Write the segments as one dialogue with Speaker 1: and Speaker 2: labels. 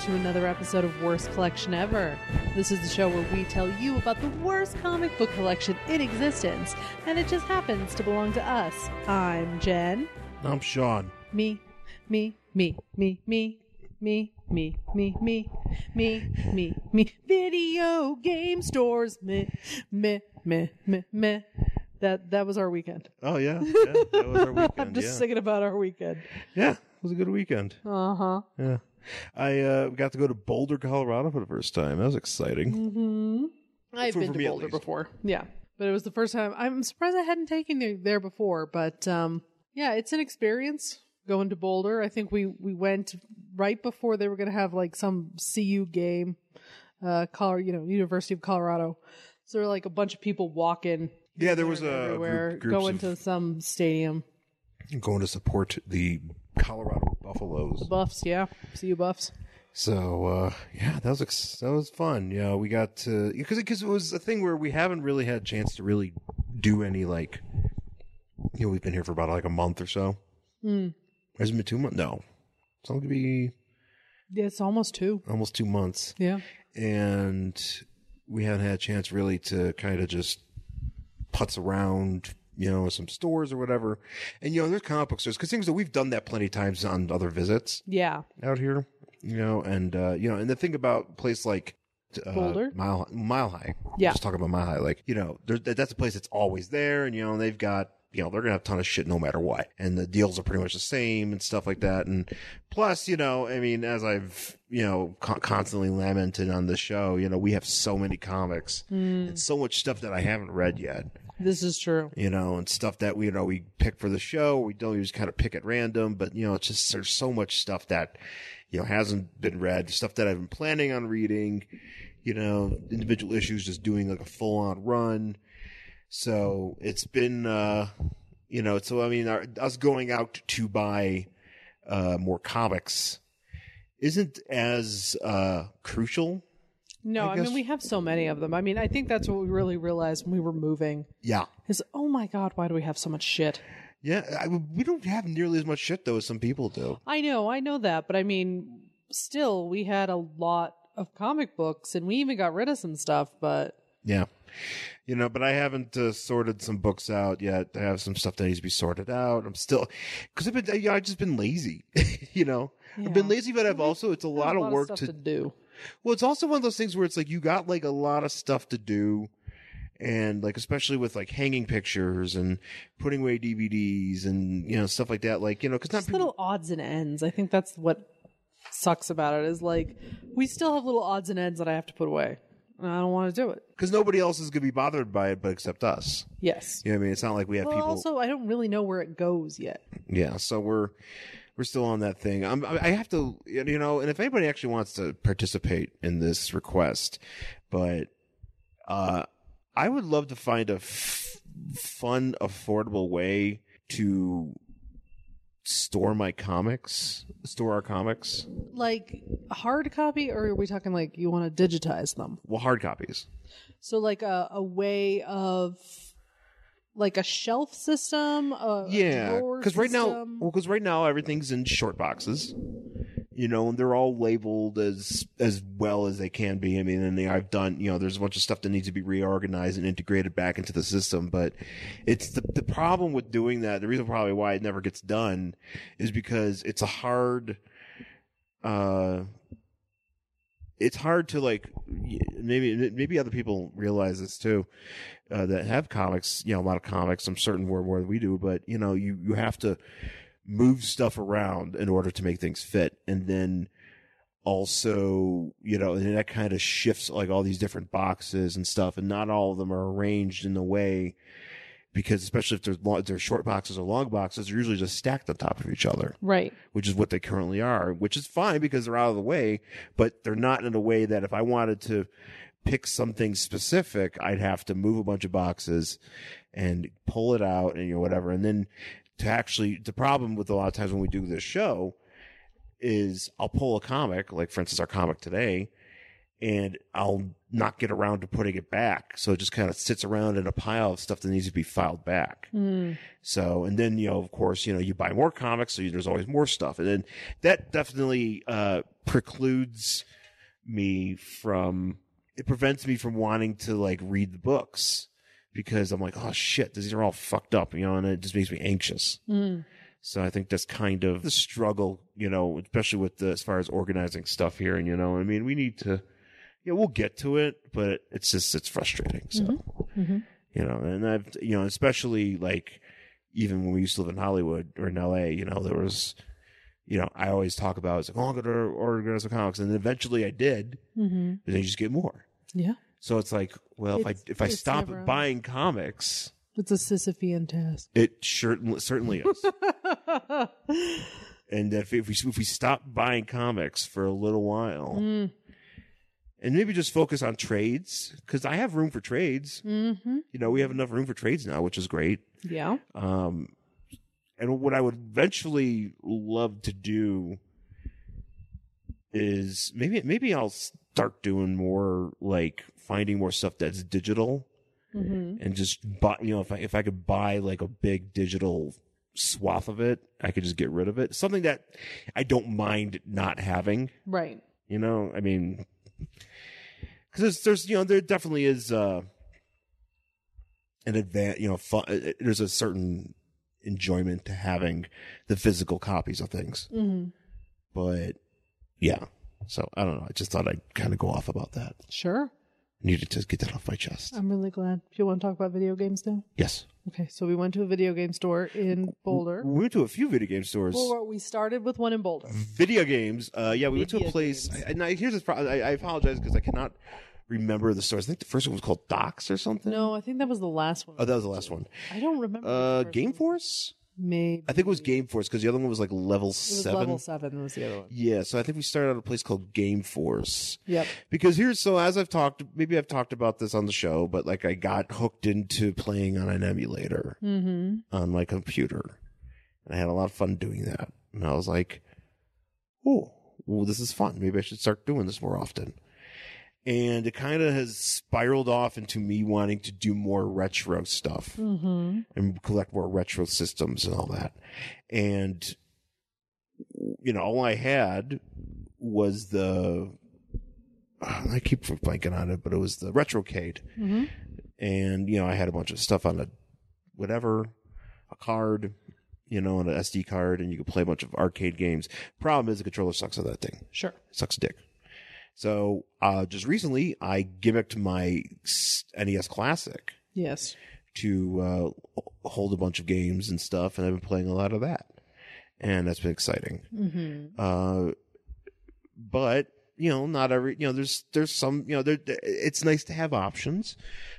Speaker 1: to another episode of Worst Collection Ever. This is the show where we tell you about the worst comic book collection in existence, and it just happens to belong to us. I'm Jen.
Speaker 2: I'm Sean.
Speaker 1: Me, me, me, me, me, me, me, me, me, me, me, me. Video game stores. Meh, meh, meh, meh, meh. That that was our weekend.
Speaker 2: Oh yeah, yeah that was our weekend.
Speaker 1: I'm just
Speaker 2: yeah.
Speaker 1: thinking about our weekend.
Speaker 2: yeah, it was a good weekend.
Speaker 1: Uh huh.
Speaker 2: Yeah, I uh, got to go to Boulder, Colorado for the first time. That was exciting.
Speaker 1: I've
Speaker 2: For-
Speaker 1: been
Speaker 2: for
Speaker 1: to
Speaker 2: me, at
Speaker 1: Boulder
Speaker 2: least.
Speaker 1: before. Yeah. But it was the first time. I'm surprised I hadn't taken you there before, but um yeah, it's an experience going to Boulder. I think we we went right before they were going to have like some CU game uh Color, you know, University of Colorado. So there were like a bunch of people walking
Speaker 2: Yeah, there was a
Speaker 1: everywhere
Speaker 2: group, groups
Speaker 1: going
Speaker 2: of-
Speaker 1: to some stadium.
Speaker 2: going to support the Colorado Buffaloes.
Speaker 1: Buffs, yeah. CU Buffs.
Speaker 2: So uh, yeah, that was ex- that was fun. Yeah, we got to because because it was a thing where we haven't really had a chance to really do any like you know we've been here for about like a month or so. Has it been two months? No, it's only gonna be
Speaker 1: Yeah, it's almost 2.
Speaker 2: almost two months.
Speaker 1: Yeah.
Speaker 2: and we haven't had a chance really to kind of just putz around, you know, some stores or whatever. And you know, there's comic book stores because things that we've done that plenty of times on other visits
Speaker 1: Yeah.
Speaker 2: out here, you know, and uh, you know, and the thing about a place like. Uh,
Speaker 1: Boulder?
Speaker 2: mile mile high.
Speaker 1: Yeah.
Speaker 2: just talking about mile high. Like you know, there, that, that's a place that's always there, and you know they've got you know they're gonna have a ton of shit no matter what, and the deals are pretty much the same and stuff like that. And plus, you know, I mean, as I've you know con- constantly lamented on the show, you know, we have so many comics
Speaker 1: Hmm.
Speaker 2: and so much stuff that I haven't read yet
Speaker 1: This is true.
Speaker 2: you know, and stuff that we, you know, we pick for the show. We don't we just kind of pick at random, but you know, it's just, there's so much stuff that, you know, hasn't been read, stuff that I've been planning on reading, you know, individual issues, just doing like a full on run. So it's been, uh, you know, so I mean, our, us going out to buy, uh, more comics isn't as, uh, crucial.
Speaker 1: No, I,
Speaker 2: I guess-
Speaker 1: mean we have so many of them. I mean, I think that's what we really realized when we were moving
Speaker 2: Yeah.
Speaker 1: is oh my god, why do we have so much shit?
Speaker 2: Yeah. I, we don't have nearly as much shit though as some people do.
Speaker 1: I know, I know that, but I mean, still we had a lot of comic books and we even got rid of some stuff, but
Speaker 2: Yeah. You know, but I haven't uh, sorted some books out yet. I have some stuff that needs to be sorted out. I'm still, cause I've been, yeah, I've just been lazy, you know, I've been
Speaker 1: Yeah.
Speaker 2: lazy, but I've also, it's a lot,
Speaker 1: a
Speaker 2: of work
Speaker 1: stuff
Speaker 2: to,
Speaker 1: to do.
Speaker 2: well, it's also one of those things where it's like, you got like a lot of stuff to do. And like, especially with like hanging pictures and putting away DVDs and, you know, stuff like that. Like, you know, cause not
Speaker 1: Just little odds and ends. I think that's what sucks about it is like we still have little odds and ends that I have to put away. And I don't want to do it.
Speaker 2: cause nobody else is going to be bothered by it, but except us.
Speaker 1: Yes.
Speaker 2: You know what I mean? It's not like we have
Speaker 1: Well,
Speaker 2: people.
Speaker 1: also, I don't really know where it goes yet.
Speaker 2: Yeah, so we're we're still on that thing. I'm, I I have to, you know, and if anybody actually wants to participate in this request, but uh, I would love to find a f- fun, affordable way to store my comics, store our comics,
Speaker 1: Like hard copy, or are we talking like you want to digitize them?
Speaker 2: well, hard copies.
Speaker 1: So like a, a way of like a shelf system. A, a
Speaker 2: Yeah,
Speaker 1: drawer
Speaker 2: because right now,
Speaker 1: system?
Speaker 2: well, because right now everything's in short boxes, you know, and they're all labeled as as well as they can be. I mean, and they, I've done, you know, there's a bunch of stuff that needs to be reorganized and integrated back into the system. But it's the the problem with doing that. The reason probably why it never gets done is because it's a hard. Uh, it's hard to like y- maybe maybe other people realize this too uh, that have comics you know a lot of comics i'm certain more more than we do but you know you you have to move stuff around in order to make things fit and then also you know and that kind of shifts like all these different boxes and stuff and not all of them are arranged in a way because especially if they're, long, they're short boxes or long boxes they're usually just stacked on top of each other
Speaker 1: right?
Speaker 2: which is what they currently are, which is fine because they're out of the way, but they're not in a way that if I wanted to pick something specific, I'd have to move a bunch of boxes and pull it out and you know whatever. And then to actually the problem with a lot of times when we do this show is I'll pull a comic, like for instance our comic today, and I'll not get around to putting it back. So it just kind of sits around in a pile of stuff that needs to be filed back.
Speaker 1: Mm,
Speaker 2: So, and then, you know, of course, you know, you buy more comics, so you, there's always more stuff. And then that definitely, uh, precludes me from, it prevents me from wanting to like read the books because I'm like, oh shit, these are all fucked up, you know, and it just makes me anxious.
Speaker 1: mm,
Speaker 2: So I think that's kind of the struggle, you know, especially with the, as far as organizing stuff here. And, you know, I mean, we need to, yeah, we'll get to it, but it's just, it's frustrating. So,
Speaker 1: Mm-hmm.
Speaker 2: you know, and I've, you know, especially like even when we used to live in Hollywood or in LA, you know, there was, you know, I always talk about, it's like, oh, I'm going to organize the comics. And eventually I did,
Speaker 1: Mm-hmm.
Speaker 2: but then you just get more.
Speaker 1: Yeah.
Speaker 2: So it's like, well,
Speaker 1: It's-
Speaker 2: if I, if I
Speaker 1: it's
Speaker 2: stop
Speaker 1: never ending.
Speaker 2: buying comics,
Speaker 1: It's a Sisyphean task.
Speaker 2: it certainly, certainly is. and if, if we if we stop buying comics for a little while,
Speaker 1: Mm,
Speaker 2: and maybe just focus on trades because I have room for trades.
Speaker 1: mm-hmm.
Speaker 2: You know, we have enough room for trades now, which is great.
Speaker 1: Yeah.
Speaker 2: Um, and what I would eventually love to do is maybe maybe I'll start doing more like finding more stuff that's digital
Speaker 1: Mm-hmm.
Speaker 2: and just buy you know if I if I could buy like a big digital swath of it, I could just get rid of it. Something that I don't mind not having.
Speaker 1: Right.
Speaker 2: You know, I mean, because there's, there's, you know, there definitely is uh, an advan you know, fun, there's a certain enjoyment to having the physical copies of things.
Speaker 1: Mm-hmm.
Speaker 2: But yeah, so I don't know. I just thought I'd kind of go off about that.
Speaker 1: Sure.
Speaker 2: Needed to get that off my chest.
Speaker 1: I'm really glad. If you want to talk about video games now?
Speaker 2: yes.
Speaker 1: Okay. So we went to a video game store in Boulder.
Speaker 2: We went to a few video game stores.
Speaker 1: Well, we started with one in Boulder.
Speaker 2: video games. Uh, yeah, we went to a
Speaker 1: Video
Speaker 2: place. I, and I, here's the problem. I, I apologize because I cannot remember the stores. I think the first one was called Docs or something.
Speaker 1: No, I think that was the last one.
Speaker 2: Oh, that was the last one.
Speaker 1: I don't remember.
Speaker 2: Uh,
Speaker 1: the first
Speaker 2: Game
Speaker 1: one.
Speaker 2: Force.
Speaker 1: Maybe.
Speaker 2: I think it was Game Force because the other one was like
Speaker 1: It
Speaker 2: level
Speaker 1: was
Speaker 2: seven.
Speaker 1: level seven was the other one.
Speaker 2: Yeah, so I think we started at a place called Game Force
Speaker 1: Yep.
Speaker 2: because here's so as I've talked, maybe I've talked about this on the show, but like I got hooked into playing on an emulator
Speaker 1: Mm-hmm.
Speaker 2: on my computer, and I had a lot of fun doing that. And I was like, "Oh, well, this is fun. Maybe I should start doing this more often." And it kind of has spiraled off into me wanting to do more retro stuff
Speaker 1: Mm-hmm.
Speaker 2: and collect more retro systems and all that. And you know, all I had was the I keep blanking on it, but it was the Retrocade.
Speaker 1: Mm-hmm.
Speaker 2: And you know, I had a bunch of stuff on a whatever, a card, you know, and an SD card, and you could play a bunch of arcade games. Problem is, the controller sucks on that thing
Speaker 1: Sure.
Speaker 2: sucks dick. So uh, just recently, I gimmicked my s- NES Classic
Speaker 1: Yes.
Speaker 2: to uh, hold a bunch of games and stuff, and I've been playing a lot of that, and that's been exciting.
Speaker 1: Mm-hmm.
Speaker 2: Uh, but you know, not every you know, there's there's some you know, there it's nice to have options.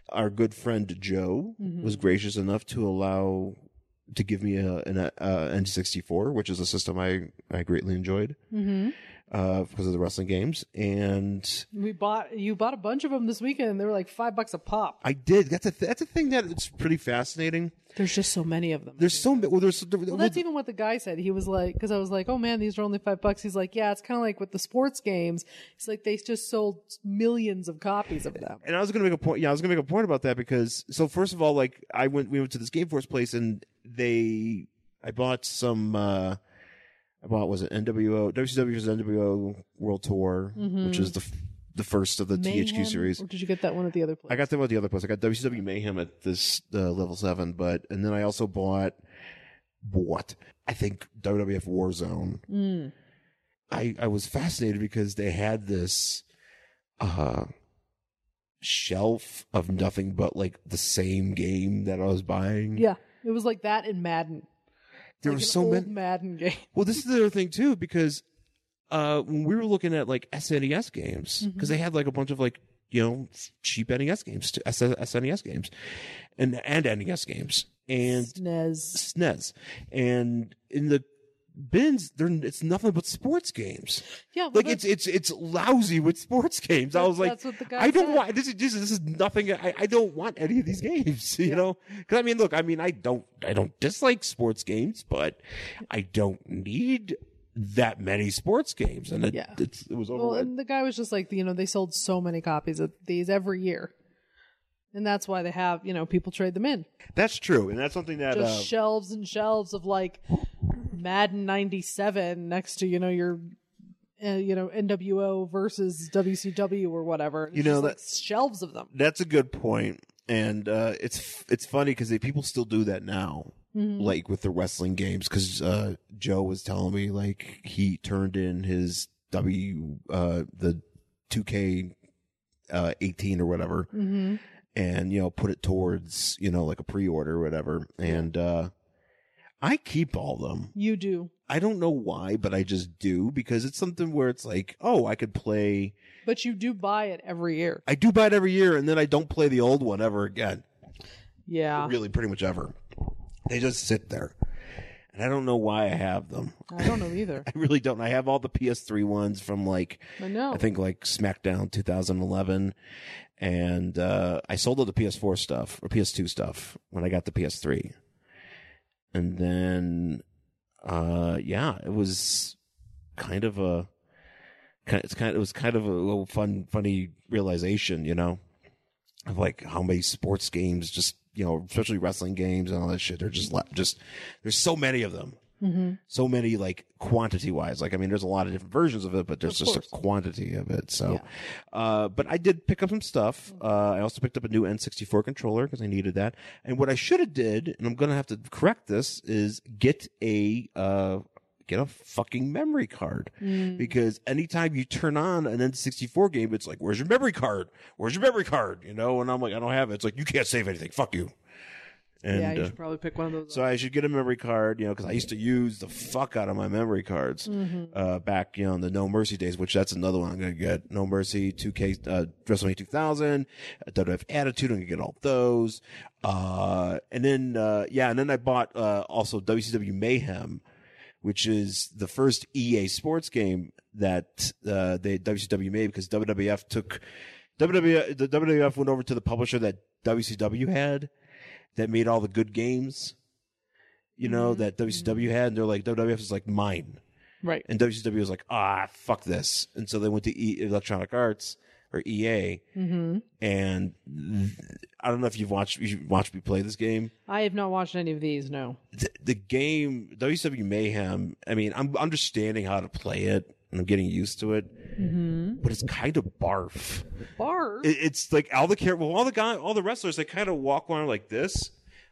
Speaker 2: Our good friend Joe
Speaker 1: Mhm.
Speaker 2: was gracious enough to allow to give me a an uh, N64, which is a system I I greatly enjoyed
Speaker 1: Mm-hmm.
Speaker 2: uh, because of the wrestling games, and
Speaker 1: We bought you bought a bunch of them this weekend. and They were like five bucks a pop.
Speaker 2: I did. That's a that's a thing that it's pretty fascinating.
Speaker 1: There's just so many of them.
Speaker 2: There's so many. Well, there's well,
Speaker 1: well, that's even what the guy said. He was like, because I was like, oh man, these are only five bucks. He's like, yeah, it's kind of like with the sports games. It's like they just sold millions of copies of them.
Speaker 2: and I was gonna make a point. Yeah, I was gonna make a point about that because so first of all, like I went, we went to this Game Force place, and they, I bought some. uh I bought was it NWO WCW's NWO World Tour, which is the f- the first of the
Speaker 1: Mayhem,
Speaker 2: THQ series.
Speaker 1: Or did you get that one at the other place?
Speaker 2: I got them at the other place. I got WCW Mayhem at this uh, level seven, but and then I also bought bought I think WWF Warzone.
Speaker 1: Mm.
Speaker 2: I I was fascinated because they had this uh shelf of nothing but like the same game that I was buying.
Speaker 1: Yeah, it was like that in Madden.
Speaker 2: there
Speaker 1: Like
Speaker 2: were
Speaker 1: an
Speaker 2: so
Speaker 1: old
Speaker 2: many.
Speaker 1: Madden game.
Speaker 2: Well, this is the other thing too because uh when we were looking at like SNES games
Speaker 1: Mm-hmm.
Speaker 2: because they had like a bunch of like you know cheap NES games, too, S- SNES games, and and NES games and
Speaker 1: SNES.
Speaker 2: SNES, and in the bins there it's nothing but sports games.
Speaker 1: Yeah, well,
Speaker 2: like
Speaker 1: that's-
Speaker 2: it's it's it's lousy with sports games. I
Speaker 1: That-
Speaker 2: was like,
Speaker 1: that's what the guy
Speaker 2: I don't
Speaker 1: said.
Speaker 2: want this is this is, this is nothing. I, I don't want any of these games. You know, because I mean, look, I mean, I don't I don't dislike sports games, but I don't need that many sports games, and it
Speaker 1: Yeah.
Speaker 2: it's, it was over.
Speaker 1: Well,
Speaker 2: with.
Speaker 1: and the guy was just like, you know, they sold so many copies of these every year. And that's why they have, you know, people trade them in.
Speaker 2: that's true, and that's something that
Speaker 1: Just
Speaker 2: uh,
Speaker 1: shelves and shelves of like Madden 97 next to, you know, your, uh, you know, NWO versus WCW or whatever. It's
Speaker 2: You know,
Speaker 1: just, like, shelves of them.
Speaker 2: that's a good point, and uh, it's it's funny because people still do that now, like with the wrestling games. Because uh, Joe was telling me like he turned in his W uh, the two K uh, eighteen or whatever,
Speaker 1: Mm-hmm.
Speaker 2: and you know put it towards you know like a pre order or whatever, and uh, I keep all them.
Speaker 1: You do.
Speaker 2: I don't know why, but I just do because it's something where it's like, oh, I could play.
Speaker 1: But you do buy it every year.
Speaker 2: I do buy it every year, and then I don't play the old one ever again.
Speaker 1: Yeah.
Speaker 2: Really, pretty much ever. They just sit there, and I don't know why I have them.
Speaker 1: I don't know either.
Speaker 2: I really don't. I have all the PS3 ones from like
Speaker 1: I know.
Speaker 2: I think like SmackDown 2011, and uh, I sold all the PS4 stuff or PS2 stuff when I got the PS3, and then uh, yeah, it was kind of a kind. It's kind. It was kind of a little fun, funny realization, you know, of like how many sports games just. You know, especially wrestling games and all that shit. They're just, le- just, there's so many of them
Speaker 1: mm-hmm.
Speaker 2: so many like quantity wise. Like I mean, there's a lot of different versions of it, but there's
Speaker 1: Of
Speaker 2: just
Speaker 1: course.
Speaker 2: a quantity of it. So, uh, but I did pick up some stuff. Uh, I also picked up a new N64 controller because I needed that. And what I should have did, and I'm gonna have to correct this, is get a uh, get a fucking memory card
Speaker 1: Mm.
Speaker 2: because anytime you turn on an N64 game, it's like, where's your memory card? Where's your memory card? You know, and I'm like, I don't have it. It's like you can't save anything. Fuck you. And,
Speaker 1: yeah, you
Speaker 2: uh,
Speaker 1: should probably pick one of those.
Speaker 2: so I should get a memory card, you know, because I used to use the fuck out of my memory cards uh, back, you know, in the No Mercy days, which that's another one I'm gonna get. No Mercy, 2K, uh, WrestleMania 2000, uh, WWF Attitude. I'm gonna get all those, uh, and then uh, yeah, and then I bought uh, also WCW Mayhem, which is the first EA Sports game that uh, they WCW made because WWF took WWF the WWF went over to the publisher that WCW had that made all the good games, you know, that WCW had, and they're like WWF is like mine,
Speaker 1: right.
Speaker 2: and WCW was like ah fuck this, and so they went to e- Electronic Arts or EA,
Speaker 1: Mm-hmm.
Speaker 2: and I don't know if you've watched you watched me play this game
Speaker 1: I have not watched any of these. No.
Speaker 2: th- the game WCW Mayhem. I mean, I'm understanding how to play it and I'm getting used to it,
Speaker 1: Mm-hmm.
Speaker 2: but it's kind of barf.
Speaker 1: Bar.
Speaker 2: It, it's like all the char- well, all the guy, all the wrestlers, they kind of walk around like this.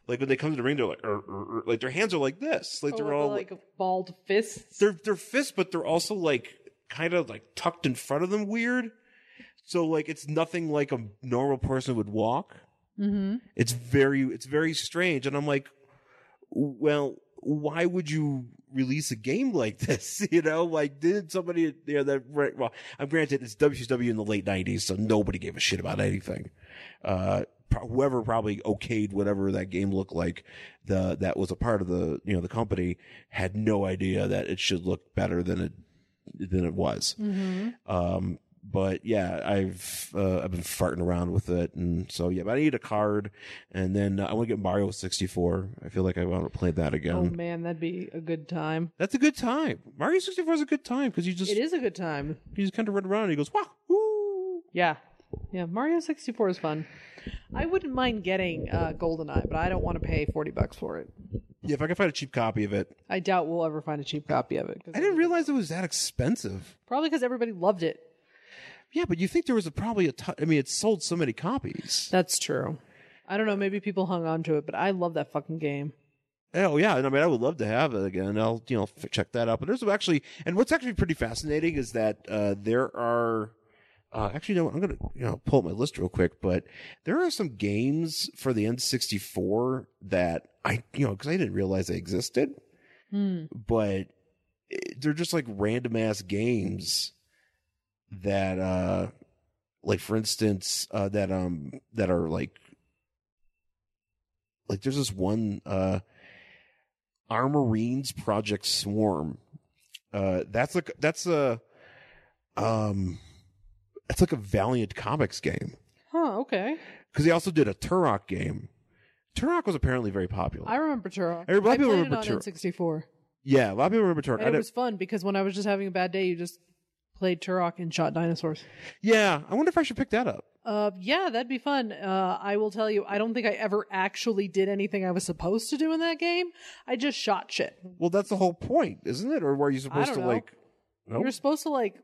Speaker 2: Like when they come to the ring, they're like, "Er, er, er," like their hands are like this. Oh, Like they're all like
Speaker 1: Oh, like bald fists.
Speaker 2: they're they're fists, but they're also like kind of like tucked in front of them, weird. So like it's nothing like a normal person would walk.
Speaker 1: Mm-hmm.
Speaker 2: It's very it's very strange, and I'm like, well, why would you release a game like this? You know, like did somebody you know that right, well, I'm granted it's WCW in the late '90s, so nobody gave a shit about anything. Uh, pro- whoever probably okayed whatever that game looked like, the that was a part of the you know the company had no idea that it should look better than it than it was.
Speaker 1: Mm-hmm.
Speaker 2: Um, but yeah, I've uh, I've been farting around with it, and so yeah. But I need a card, and then uh, I want to get Mario sixty four. I feel like I want to play that again.
Speaker 1: oh man, that'd be a good time.
Speaker 2: That's a good time. Mario sixty four is a good time because you just
Speaker 1: It is a good time.
Speaker 2: you just kind of run around and he goes wahoo.
Speaker 1: Yeah. Yeah, Mario 64 is fun. I wouldn't mind getting uh, GoldenEye, but I don't want to pay 40 bucks for it.
Speaker 2: Yeah, if I can find a cheap copy of it,
Speaker 1: I doubt we'll ever find a cheap copy of it. 'cause-
Speaker 2: I didn't realize it was that expensive.
Speaker 1: Probably because everybody loved it.
Speaker 2: Yeah, but you think there was a, probably a ton. I mean, it sold so many copies.
Speaker 1: That's true. I don't know. Maybe people hung on to it, but I love that fucking game.
Speaker 2: Oh yeah, and I mean I would love to have it again. I'll you know f- check that out. But there's actually, and what's actually pretty fascinating is that uh, there are uh, actually no, I'm gonna you know pull up my list real quick, but there are some games for the N64 that I you know because I didn't realize they existed,
Speaker 1: Hmm.
Speaker 2: but it- they're just like random ass games that uh like for instance uh that um that are like like there's this one uh armorines project swarm uh that's like that's a um it's like a valiant comics game
Speaker 1: Huh, okay.
Speaker 2: because they also did a turok game turok was apparently very popular
Speaker 1: I remember Turok.
Speaker 2: Everybody
Speaker 1: I played
Speaker 2: remember
Speaker 1: it on
Speaker 2: Turok.
Speaker 1: N64.
Speaker 2: Yeah, a lot of people remember Turok. I
Speaker 1: And it
Speaker 2: don't-
Speaker 1: was fun because when I was just having a bad day, you just played Turok and shot dinosaurs.
Speaker 2: yeah, I wonder if I should pick that up.
Speaker 1: Uh, yeah, that'd be fun. Uh, I will tell you, I don't think I ever actually did anything I was supposed to do in that game. I just shot shit.
Speaker 2: Well, that's the whole point, isn't it? Or were you supposed
Speaker 1: don't
Speaker 2: to
Speaker 1: know.
Speaker 2: like? Nope.
Speaker 1: You're supposed to like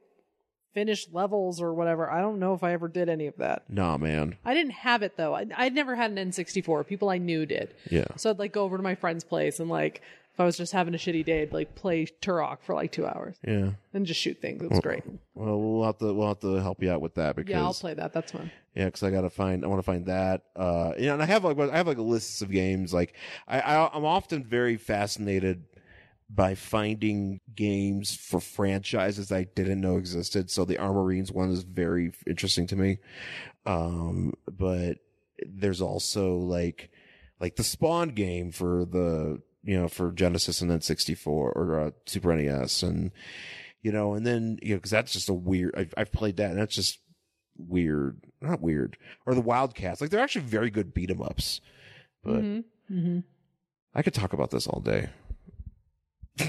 Speaker 1: finish levels or whatever. I don't know if I ever did any of that.
Speaker 2: Nah, man.
Speaker 1: I didn't have it though. I, I'd never had an N64. People I knew did.
Speaker 2: Yeah.
Speaker 1: So I'd like go over to my friend's place and like, if I was just having a shitty day, I'd like play Turok for like two hours
Speaker 2: Yeah.
Speaker 1: and just shoot things. It was great.
Speaker 2: Well, we'll have to we'll have to help you out with that because
Speaker 1: Yeah, I'll play that. That's fun.
Speaker 2: Yeah, because I gotta find. I want to find that. Uh, you know, and I have like I have like a list of games. Like I, I I'm often very fascinated by finding games for franchises I didn't know existed. So the Armorines one is very interesting to me. Um, but there's also like like the Spawn game for the you know for Genesis and then 64 or uh, Super NES and you know and then you know because that's just a weird. I've, I've played that and that's just weird, not weird, or the Wildcats. Like they're actually very good beat 'em ups. But
Speaker 1: Mm-hmm. Mm-hmm.
Speaker 2: I could talk about this all day.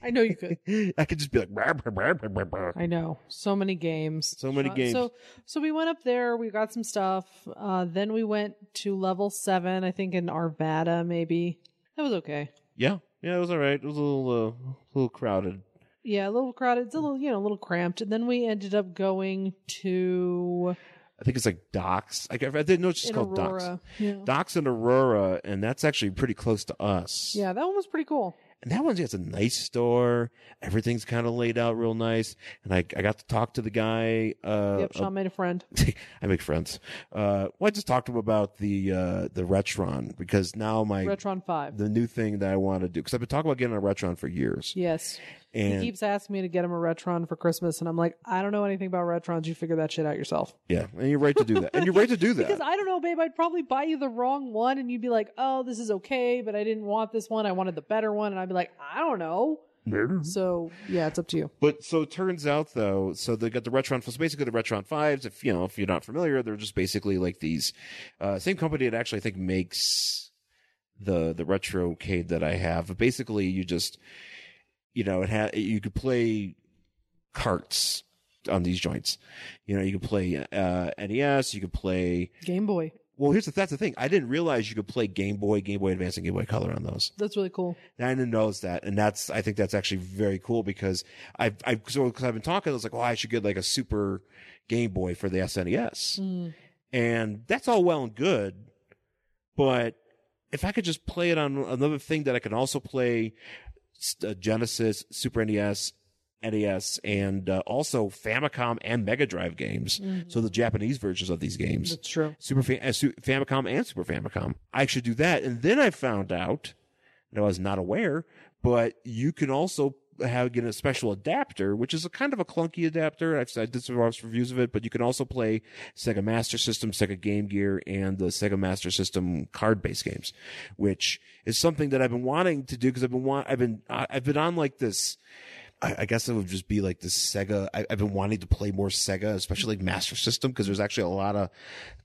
Speaker 1: I know you could.
Speaker 2: I could just be like, "Brr, brr, brr, brr, brr, brr."
Speaker 1: I know. So many games.
Speaker 2: So many
Speaker 1: Uh,
Speaker 2: games.
Speaker 1: So so we went up there, we got some stuff. Uh then we went to level seven, I think in Arvada maybe. That was okay.
Speaker 2: yeah, yeah, it was all right. It was a little, uh, a little crowded.
Speaker 1: Yeah, a little crowded,
Speaker 2: Hmm.
Speaker 1: it's a little you know, a little cramped. And then we ended up going to
Speaker 2: I think it's like Docks. I, I didn't know it's just
Speaker 1: in
Speaker 2: called
Speaker 1: Aurora.
Speaker 2: Docks.
Speaker 1: Yeah.
Speaker 2: Docks in Aurora, and that's actually pretty close to us.
Speaker 1: yeah, that one was pretty cool.
Speaker 2: And that one's yeah, it's a nice store. Everything's kind of laid out real nice. And I, I got to talk to the guy. Uh,
Speaker 1: yep, Sean made a friend.
Speaker 2: I make friends. Uh, well, I just talked to him about the uh, the Retron because now my
Speaker 1: Retron five.
Speaker 2: the new thing that I want to do because I've been talking about getting a Retron for years,
Speaker 1: yes. he
Speaker 2: and
Speaker 1: keeps asking me to get him a Retron for Christmas, and I'm like, I don't know anything about Retrons. You figure that shit out yourself.
Speaker 2: yeah, and you're right to do that, and you're right to do
Speaker 1: Because
Speaker 2: that.
Speaker 1: I don't know, babe, I'd probably buy you the wrong one and you'd be like, oh, this is okay, but I didn't want this one. I wanted the better one. And I'd be like, I don't know.
Speaker 2: Mm-hmm.
Speaker 1: So, yeah, it's up to you.
Speaker 2: But so it turns out though, so they got the Retron. So basically, the Retron fives. If you know, if you're not familiar, they're just basically like these uh, same company that actually I think makes the the retrocade that I have. But basically, you just you know it had you could play carts on these joints. You know, you could play uh, NES, you could play.
Speaker 1: Game Boy.
Speaker 2: Well, here's the that's the thing. I didn't realize you could play Game Boy, Game Boy Advance, and Game Boy Color on those.
Speaker 1: That's really cool.
Speaker 2: And I didn't notice that, and that's I think that's actually very cool because I've I've so because I've been talking, I was like, oh, I should get like a Super Game Boy for the SNES,
Speaker 1: Mm.
Speaker 2: and that's all well and good, but if I could just play it on another thing that I can also play s- uh, Genesis, Super E NES, NES, E and uh, also Famicom and Mega Drive games,
Speaker 1: mm.
Speaker 2: so the Japanese versions of these games,
Speaker 1: That's true.
Speaker 2: Super Fam- uh, Su- Famicom and Super Famicom. I should do that. And then I found out, and I was not aware, but you can also have get a special adapter, which is a kind of a clunky adapter. I've, I did some reviews of it, but you can also play Sega Master System, Sega Game Gear, and the Sega Master System card-based games, which is something that I've been wanting to do because I've been want I've been I- I've been on like this. I I guess it would just be like the Sega. I, I've been wanting to play more Sega, especially like Master System, because there's actually a lot of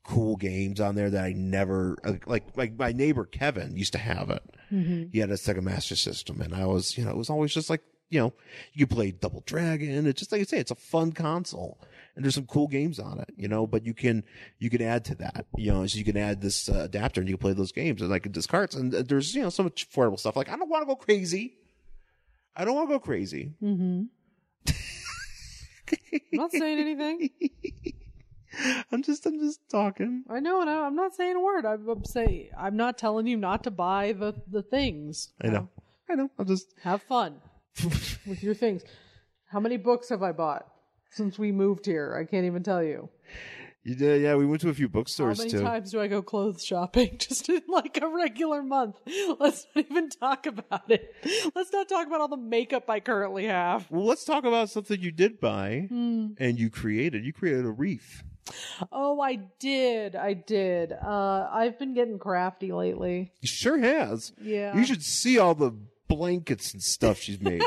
Speaker 2: cool games on there that I never like. Like my neighbor Kevin used to have it. He had a Sega Master System, and I was, you know, it was always just like, you know, you could play Double Dragon. It's just like I say, it's a fun console, and there's some cool games on it, you know. But you can you can add to that, you know, so you can add this uh, adapter, and you can play those games, and I can discard. And uh, there's you know so much affordable stuff. Like I don't want to go crazy. I don't want to go crazy.
Speaker 1: Mm-hmm. I'm not saying anything.
Speaker 2: I'm just I'm just talking.
Speaker 1: I know, and I, I'm not saying a word. I'm, I'm saying I'm not telling you not to buy the the things.
Speaker 2: I know. I know. I'm just
Speaker 1: Have fun with your things. How many books have I bought since we moved here? I can't even tell you.
Speaker 2: you did, yeah, we went to a few bookstores
Speaker 1: How many
Speaker 2: too.
Speaker 1: times do I go clothes shopping just in like a regular month? Let's not even talk about it. Let's not talk about all the makeup I currently have.
Speaker 2: Well, let's talk about something you did buy
Speaker 1: Hmm.
Speaker 2: and you created. You created a wreath.
Speaker 1: Oh, I did. I did. Uh, I've been getting crafty lately.
Speaker 2: You sure has.
Speaker 1: Yeah.
Speaker 2: You should see all the blankets and stuff she's made.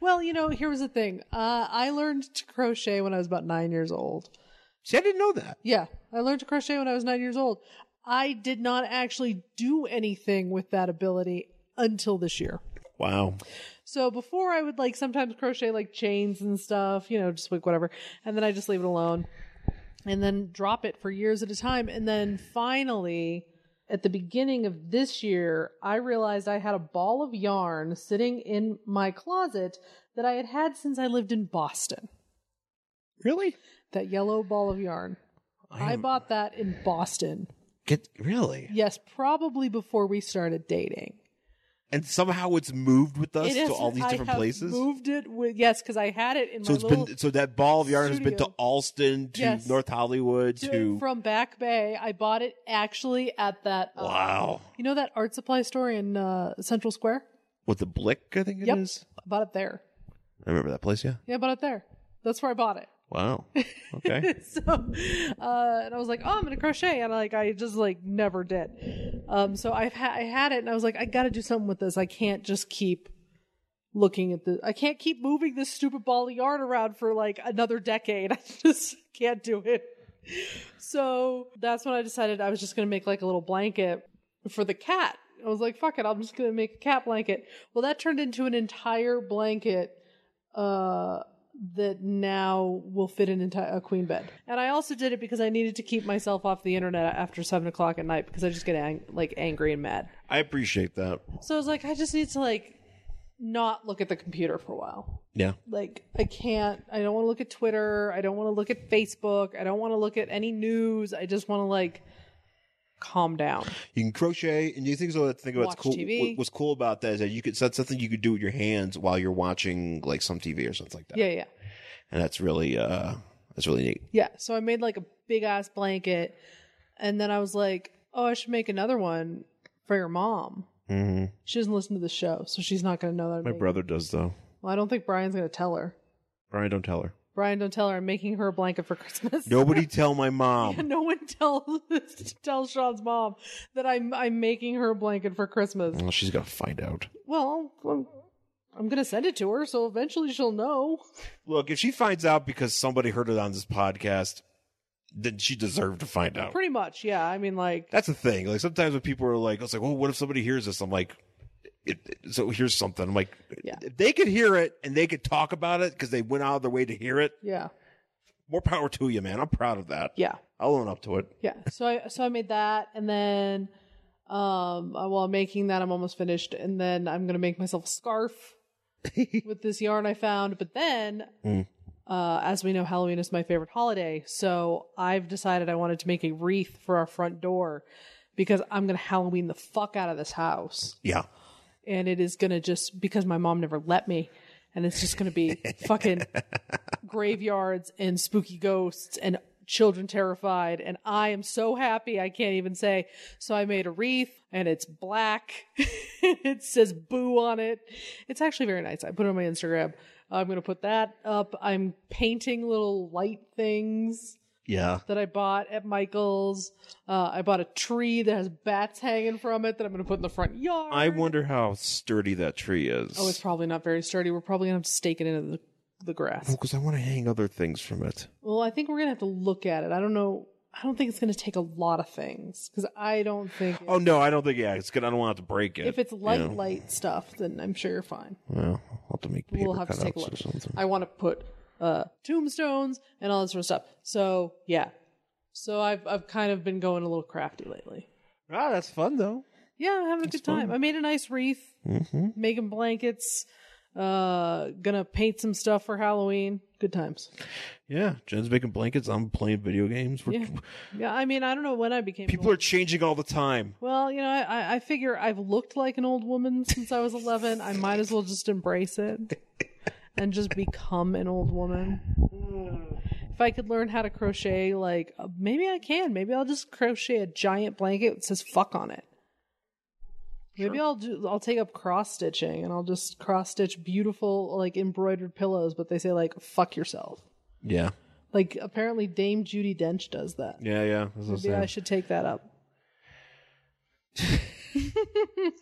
Speaker 1: well, you know, here was the thing. Uh, I learned to crochet when I was about nine years old.
Speaker 2: See, I didn't know that.
Speaker 1: Yeah, I learned to crochet when I was nine years old. I did not actually do anything with that ability until this year.
Speaker 2: Wow.
Speaker 1: So before I would like sometimes crochet like chains and stuff, you know, just like whatever. And then I just leave it alone and then drop it for years at a time. And then finally, at the beginning of this year, I realized I had a ball of yarn sitting in my closet that I had had since I lived in Boston.
Speaker 2: Really?
Speaker 1: That yellow ball of yarn. I
Speaker 2: am-
Speaker 1: bought that in Boston.
Speaker 2: Get really?
Speaker 1: Yes, probably before we started dating.
Speaker 2: And somehow it's moved with us
Speaker 1: It
Speaker 2: to
Speaker 1: is-
Speaker 2: all these
Speaker 1: I
Speaker 2: different
Speaker 1: have
Speaker 2: places.
Speaker 1: Moved it with yes, because I had it in
Speaker 2: So
Speaker 1: my
Speaker 2: it's
Speaker 1: little
Speaker 2: been so that ball of yarn has been to
Speaker 1: studio.
Speaker 2: Alston to
Speaker 1: Yes.
Speaker 2: North Hollywood
Speaker 1: to-
Speaker 2: to
Speaker 1: from Back Bay. I bought it actually at that. uh,
Speaker 2: wow.
Speaker 1: You know that art supply store in uh, Central Square?
Speaker 2: What the Blick? I think it is.
Speaker 1: Yep. I bought it there.
Speaker 2: I remember that place. Yeah.
Speaker 1: Yeah, I bought it there. That's where I bought it.
Speaker 2: Wow. Okay.
Speaker 1: so, uh, and I was like, oh, I'm gonna crochet, and like I just like never did. Um, so I've ha- I had it, and I was like, I gotta do something with this. I can't just keep looking at the. I can't keep moving this stupid ball of yarn around for like another decade. I just can't do it. So that's when I decided I was just gonna make like a little blanket for the cat. I was like, fuck it, I'm just gonna make a cat blanket. Well, that turned into an entire blanket. Uh, that now will fit an entire a queen bed. And I also did it because I needed to keep myself off the internet after seven o'clock at night because I just get ang- like angry and mad.
Speaker 2: I appreciate that.
Speaker 1: So I was like, I just need to like not look at the computer for a while.
Speaker 2: Yeah.
Speaker 1: Like I can't. I don't want to look at Twitter. I don't want to look at Facebook. I don't want to look at any news. I just want to like calm down.
Speaker 2: You can crochet, and you think so. The thing about
Speaker 1: Watch
Speaker 2: cool,
Speaker 1: TV.
Speaker 2: what- what's cool about that is that you could that's something you could do with your hands while you're watching like some TV or something like that.
Speaker 1: Yeah, yeah.
Speaker 2: and that's really uh that's really neat.
Speaker 1: Yeah. So I made like a big ass blanket. And then I was like, oh, I should make another one for your mom.
Speaker 2: Mm-hmm.
Speaker 1: She doesn't listen to the show, so she's not going to know that. I'm
Speaker 2: My
Speaker 1: making-
Speaker 2: brother does though.
Speaker 1: Well, I don't think Brian's going to tell her.
Speaker 2: Brian, don't tell her.
Speaker 1: Brian, don't tell her I'm making her a blanket for Christmas.
Speaker 2: Nobody tell my mom.
Speaker 1: no one tell tell Sean's mom that I'm I'm making her a blanket for Christmas.
Speaker 2: Well, she's gonna find out.
Speaker 1: Well, I'm, I'm going to send it to her, so eventually she'll know.
Speaker 2: Look, if she finds out because somebody heard it on this podcast, then she deserved to find out.
Speaker 1: Pretty much, yeah. I mean, like,
Speaker 2: That's the thing. Like sometimes when people are like, "It's like, well, what if somebody hears this?" I'm like, it, it- "So here's something." I'm like,
Speaker 1: Yeah.
Speaker 2: if they could hear it and they could talk about it because they went out of their way to hear it,
Speaker 1: yeah,
Speaker 2: more power to you, man. I'm proud of that.
Speaker 1: yeah.
Speaker 2: I'll own up to it.
Speaker 1: yeah so i so i made that and then um uh, while i'm making that i'm almost finished and then i'm gonna make myself a scarf with this yarn i found but then
Speaker 2: Mm.
Speaker 1: uh as we know halloween is my favorite holiday so i've decided i wanted to make a wreath for our front door because i'm gonna halloween the fuck out of this house
Speaker 2: Yeah.
Speaker 1: and it is gonna just because my mom never let me and it's just gonna be fucking graveyards and spooky ghosts and children terrified and i am so happy i can't even say so i made a wreath and it's black it says boo on it it's actually very nice i put it on my instagram i'm gonna put that up i'm painting little light things
Speaker 2: Yeah.
Speaker 1: that I bought at Michael's. Uh, I bought a tree that has bats hanging from it that I'm going to put in the front yard.
Speaker 2: I wonder how sturdy that tree is.
Speaker 1: Oh, it's probably not very sturdy. We're probably gonna have to stake it into the, the grass.
Speaker 2: because I want to hang other things from it.
Speaker 1: Well, I think we're gonna have to look at it. I don't know. I don't think it's gonna take a lot of things because I don't think
Speaker 2: Oh no, I don't think. Yeah, it's good. I don't want to have to break it.
Speaker 1: if it's light
Speaker 2: yeah.
Speaker 1: light stuff, then I'm sure you're fine.
Speaker 2: well, I'll have to make paper
Speaker 1: We'll have to take a
Speaker 2: cutouts
Speaker 1: look.
Speaker 2: or something.
Speaker 1: I want to put uh, tombstones and all that sort of stuff. So yeah, so I've I've kind of been going a little crafty lately.
Speaker 2: Ah, that's fun though.
Speaker 1: Yeah, I'm having a good time. I made a nice wreath,
Speaker 2: Mm-hmm.
Speaker 1: making blankets. Uh, gonna paint some stuff for Halloween. Good times.
Speaker 2: Yeah, Jen's making blankets. I'm playing video games. We're,
Speaker 1: Yeah. Yeah, I mean, I don't know when I became. an
Speaker 2: People are changing all the time.
Speaker 1: Well, you know, I- I, I figure I've looked like an old woman since I was 11. I might as well just embrace it and just become an old woman. If I could learn how to crochet, like, uh, maybe I can. Maybe I'll just crochet a giant blanket that says fuck on it. Maybe I'll do, I'll take up cross stitching and I'll just cross stitch beautiful, like, embroidered pillows, but they say, like, fuck yourself.
Speaker 2: Yeah,
Speaker 1: Like, apparently Dame Judy Dench does that.
Speaker 2: yeah, yeah. That's what I'm
Speaker 1: Maybe I
Speaker 2: saying.
Speaker 1: should take that up.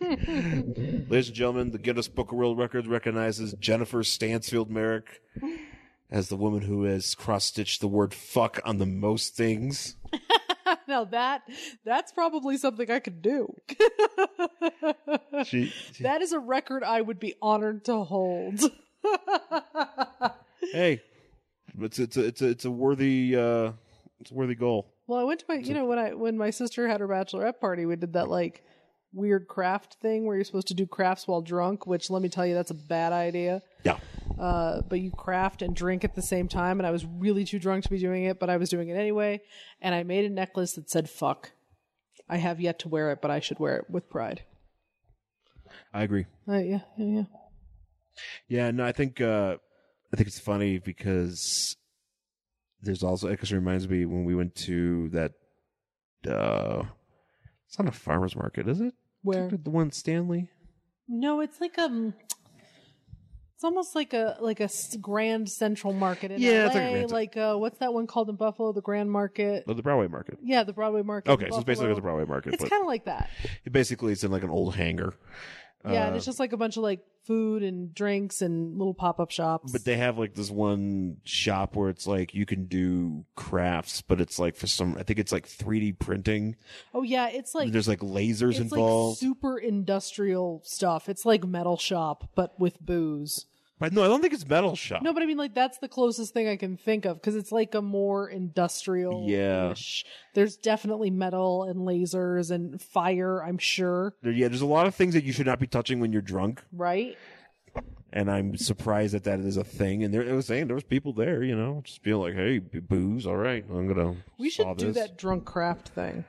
Speaker 2: Ladies and gentlemen, the Guinness Book of World Records recognizes Jennifer Stansfield Merrick as the woman who has cross-stitched the word "fuck" on the most things.
Speaker 1: now that that's probably something I could do.
Speaker 2: She, she-
Speaker 1: that is a record I would be honored to hold.
Speaker 2: hey, it's it's a, it's a, it's a worthy uh, it's a worthy goal.
Speaker 1: Well, I went to my, you know, when I when my sister had her bachelorette party, we did that like weird craft thing where you're supposed to do crafts while drunk. Which, let me tell you, that's a bad idea.
Speaker 2: Yeah.
Speaker 1: Uh, but you craft and drink at the same time, and I was really too drunk to be doing it, but I was doing it anyway. And I made a necklace that said "fuck." I have yet to wear it, but I should wear it with pride.
Speaker 2: I agree.
Speaker 1: Uh, yeah, yeah, yeah.
Speaker 2: Yeah, no, I think uh I think it's funny because there's also it just reminds me when we went to that uh it's not a farmer's market, is it?
Speaker 1: Where?
Speaker 2: The one in Stanley?
Speaker 1: No, it's like um, it's almost like a like a s- grand central market in LA.
Speaker 2: Yeah, it's like a grand-
Speaker 1: like uh, what's that one called in Buffalo? The Grand Market.
Speaker 2: Oh, the Broadway market.
Speaker 1: Yeah, the Broadway market. in
Speaker 2: Okay, so it's basically like
Speaker 1: Buffalo.
Speaker 2: the Broadway market,
Speaker 1: It's
Speaker 2: but
Speaker 1: kind of like that.
Speaker 2: it basically it's in like an old hangar.
Speaker 1: Yeah, and
Speaker 2: Uh,
Speaker 1: it's just like a bunch of like food and drinks and little pop up shops.
Speaker 2: But they have like this one shop where it's like you can do crafts, but it's like for some I think it's like 3D printing.
Speaker 1: oh yeah, it's like
Speaker 2: There's like
Speaker 1: it's
Speaker 2: lasers
Speaker 1: like
Speaker 2: involved.
Speaker 1: super industrial stuff. It's like metal shop but with booze.
Speaker 2: but no, I don't think it's metal shop.
Speaker 1: No, but I mean like that's the closest thing I can think of because it's like a more industrial.
Speaker 2: Yeah.
Speaker 1: There's definitely metal and lasers and fire. I'm sure,
Speaker 2: There- yeah, there's a lot of things that you should not be touching when you're drunk.
Speaker 1: right?
Speaker 2: and I'm surprised that that is a thing. And there, I was saying there was people there, you know, just being like, "Hey, b- booze, all right, I'm gonna."
Speaker 1: We
Speaker 2: saw
Speaker 1: should do
Speaker 2: this."
Speaker 1: that drunk craft thing.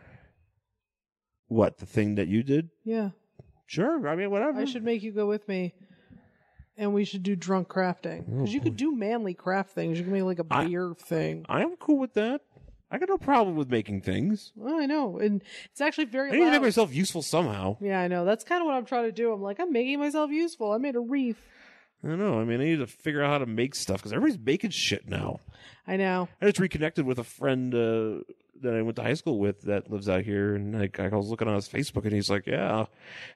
Speaker 2: What the thing that you did?
Speaker 1: Yeah,
Speaker 2: Sure, I mean, whatever.
Speaker 1: I should make you go with me, and we should do drunk crafting because you could do manly craft things. You can make like a
Speaker 2: I-
Speaker 1: beer thing.
Speaker 2: I am cool with that. I got no problem with making things.
Speaker 1: Oh, I know, and it's actually very.
Speaker 2: I need to
Speaker 1: loud.
Speaker 2: make myself useful somehow.
Speaker 1: yeah, I know. That's kind of what I'm trying to do. I'm like, I'm making myself useful. I made a wreath.
Speaker 2: I don't know. I mean, I need to figure out how to make stuff because everybody's making shit now.
Speaker 1: I know.
Speaker 2: I just reconnected with a friend uh, that I went to high school with that lives out here, and like I was looking on his Facebook, and he's like, "Yeah,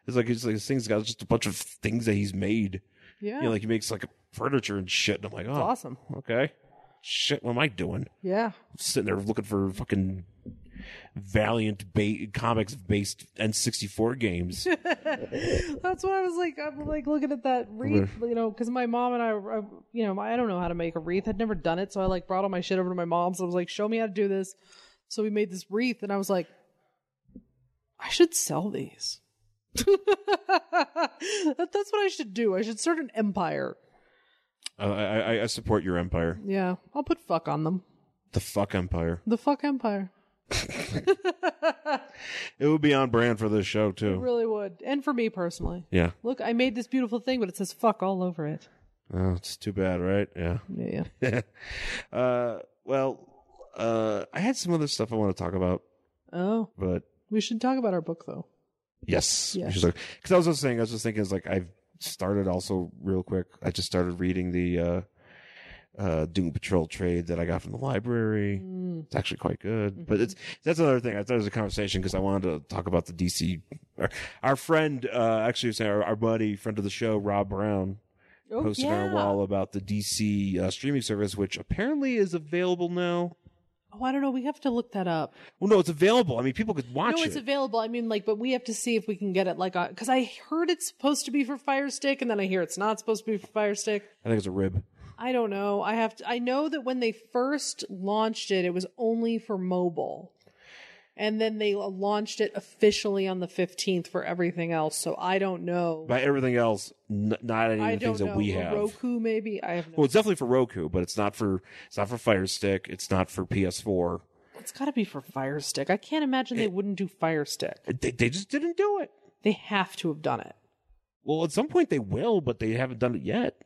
Speaker 2: it's like it's like this thing's got just a bunch of things that he's made."
Speaker 1: Yeah,
Speaker 2: You know, like he makes like furniture and shit. And I'm like, oh,
Speaker 1: it's awesome.
Speaker 2: okay. Shit, what am I doing?
Speaker 1: Yeah,
Speaker 2: I'm sitting there looking for fucking Valiant ba- comics based N64 games. Uh,
Speaker 1: that's what I was like. I'm like looking at that wreath, you know, because my mom and I, I, you know, I don't know how to make a wreath. I'd never done it, so I like brought all my shit over to my mom's. I was like, show me how to do this. So we made this wreath, and I was like, I should sell these. That- that's what I should do. I should start an empire.
Speaker 2: I, I, I support your empire.
Speaker 1: Yeah, I'll put fuck on them.
Speaker 2: The fuck empire.
Speaker 1: The fuck empire.
Speaker 2: It would be on brand for this show, too.
Speaker 1: Really would. And for me personally.
Speaker 2: yeah.
Speaker 1: Look, I made this beautiful thing, but it says fuck all over it.
Speaker 2: Oh, it's too bad, right? Yeah.
Speaker 1: Yeah.
Speaker 2: Uh, well, uh, I had some other stuff I want to talk about,
Speaker 1: Oh,
Speaker 2: but
Speaker 1: we should talk about our book though.
Speaker 2: Yes.
Speaker 1: Yes.
Speaker 2: Because I was just saying, I was just thinking, it's like I've started also real quick. I just started reading the uh, uh, Doom Patrol trade that I got from the library.
Speaker 1: Mm.
Speaker 2: It's actually quite good.
Speaker 1: Mm-hmm.
Speaker 2: But it's that's another thing. I thought it was a conversation because I wanted to talk about the DC. Our, our friend, uh, actually, was saying our, our buddy, friend of the show, Rob Brown,
Speaker 1: Oh,
Speaker 2: posted on a wall about the DC uh, streaming service, which apparently is available now.
Speaker 1: Oh, I don't know. We have to look that up.
Speaker 2: Well, no, it's available. I mean, people could watch
Speaker 1: no,
Speaker 2: it.
Speaker 1: it's available. I mean, like, but we have to see if we can get it. Like, because I heard it's supposed to be for Fire Stick, and then I hear it's not supposed to be for Fire Stick.
Speaker 2: I think it's a rib.
Speaker 1: I don't know. I have. To, I know that when they first launched it, it was only for mobile, and then they uh, launched it officially on the fifteenth for everything else. So I don't know.
Speaker 2: By everything else, n- not any
Speaker 1: I
Speaker 2: of the things
Speaker 1: don't know.
Speaker 2: that we have.
Speaker 1: Roku, maybe. I have no.
Speaker 2: Well, it's definitely for Roku, but it's not for it's not for Fire Stick. It's not for PS4.
Speaker 1: it's got to be for Fire Stick. I can't imagine they wouldn't do Fire Stick.
Speaker 2: They, they just didn't do it.
Speaker 1: They have to have done it.
Speaker 2: Well, at some point they will, but they haven't done it yet.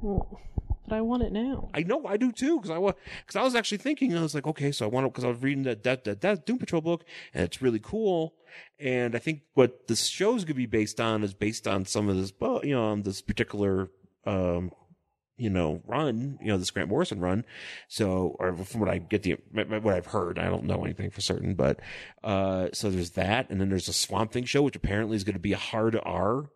Speaker 1: Well, but I want it now.
Speaker 2: I know I do too, because I wa because I was actually thinking I was like, okay, so I want to because I was reading that that, that that Doom Patrol book and it's really cool, and I think what this show's gonna be based on is based on some of this book, you know, on this particular um you know run, you know, this Grant Morrison run. So, or from what I get the what I've heard, I don't know anything for certain, but uh so there's that, and then there's a Swamp Thing show, which apparently is going to be a hard R.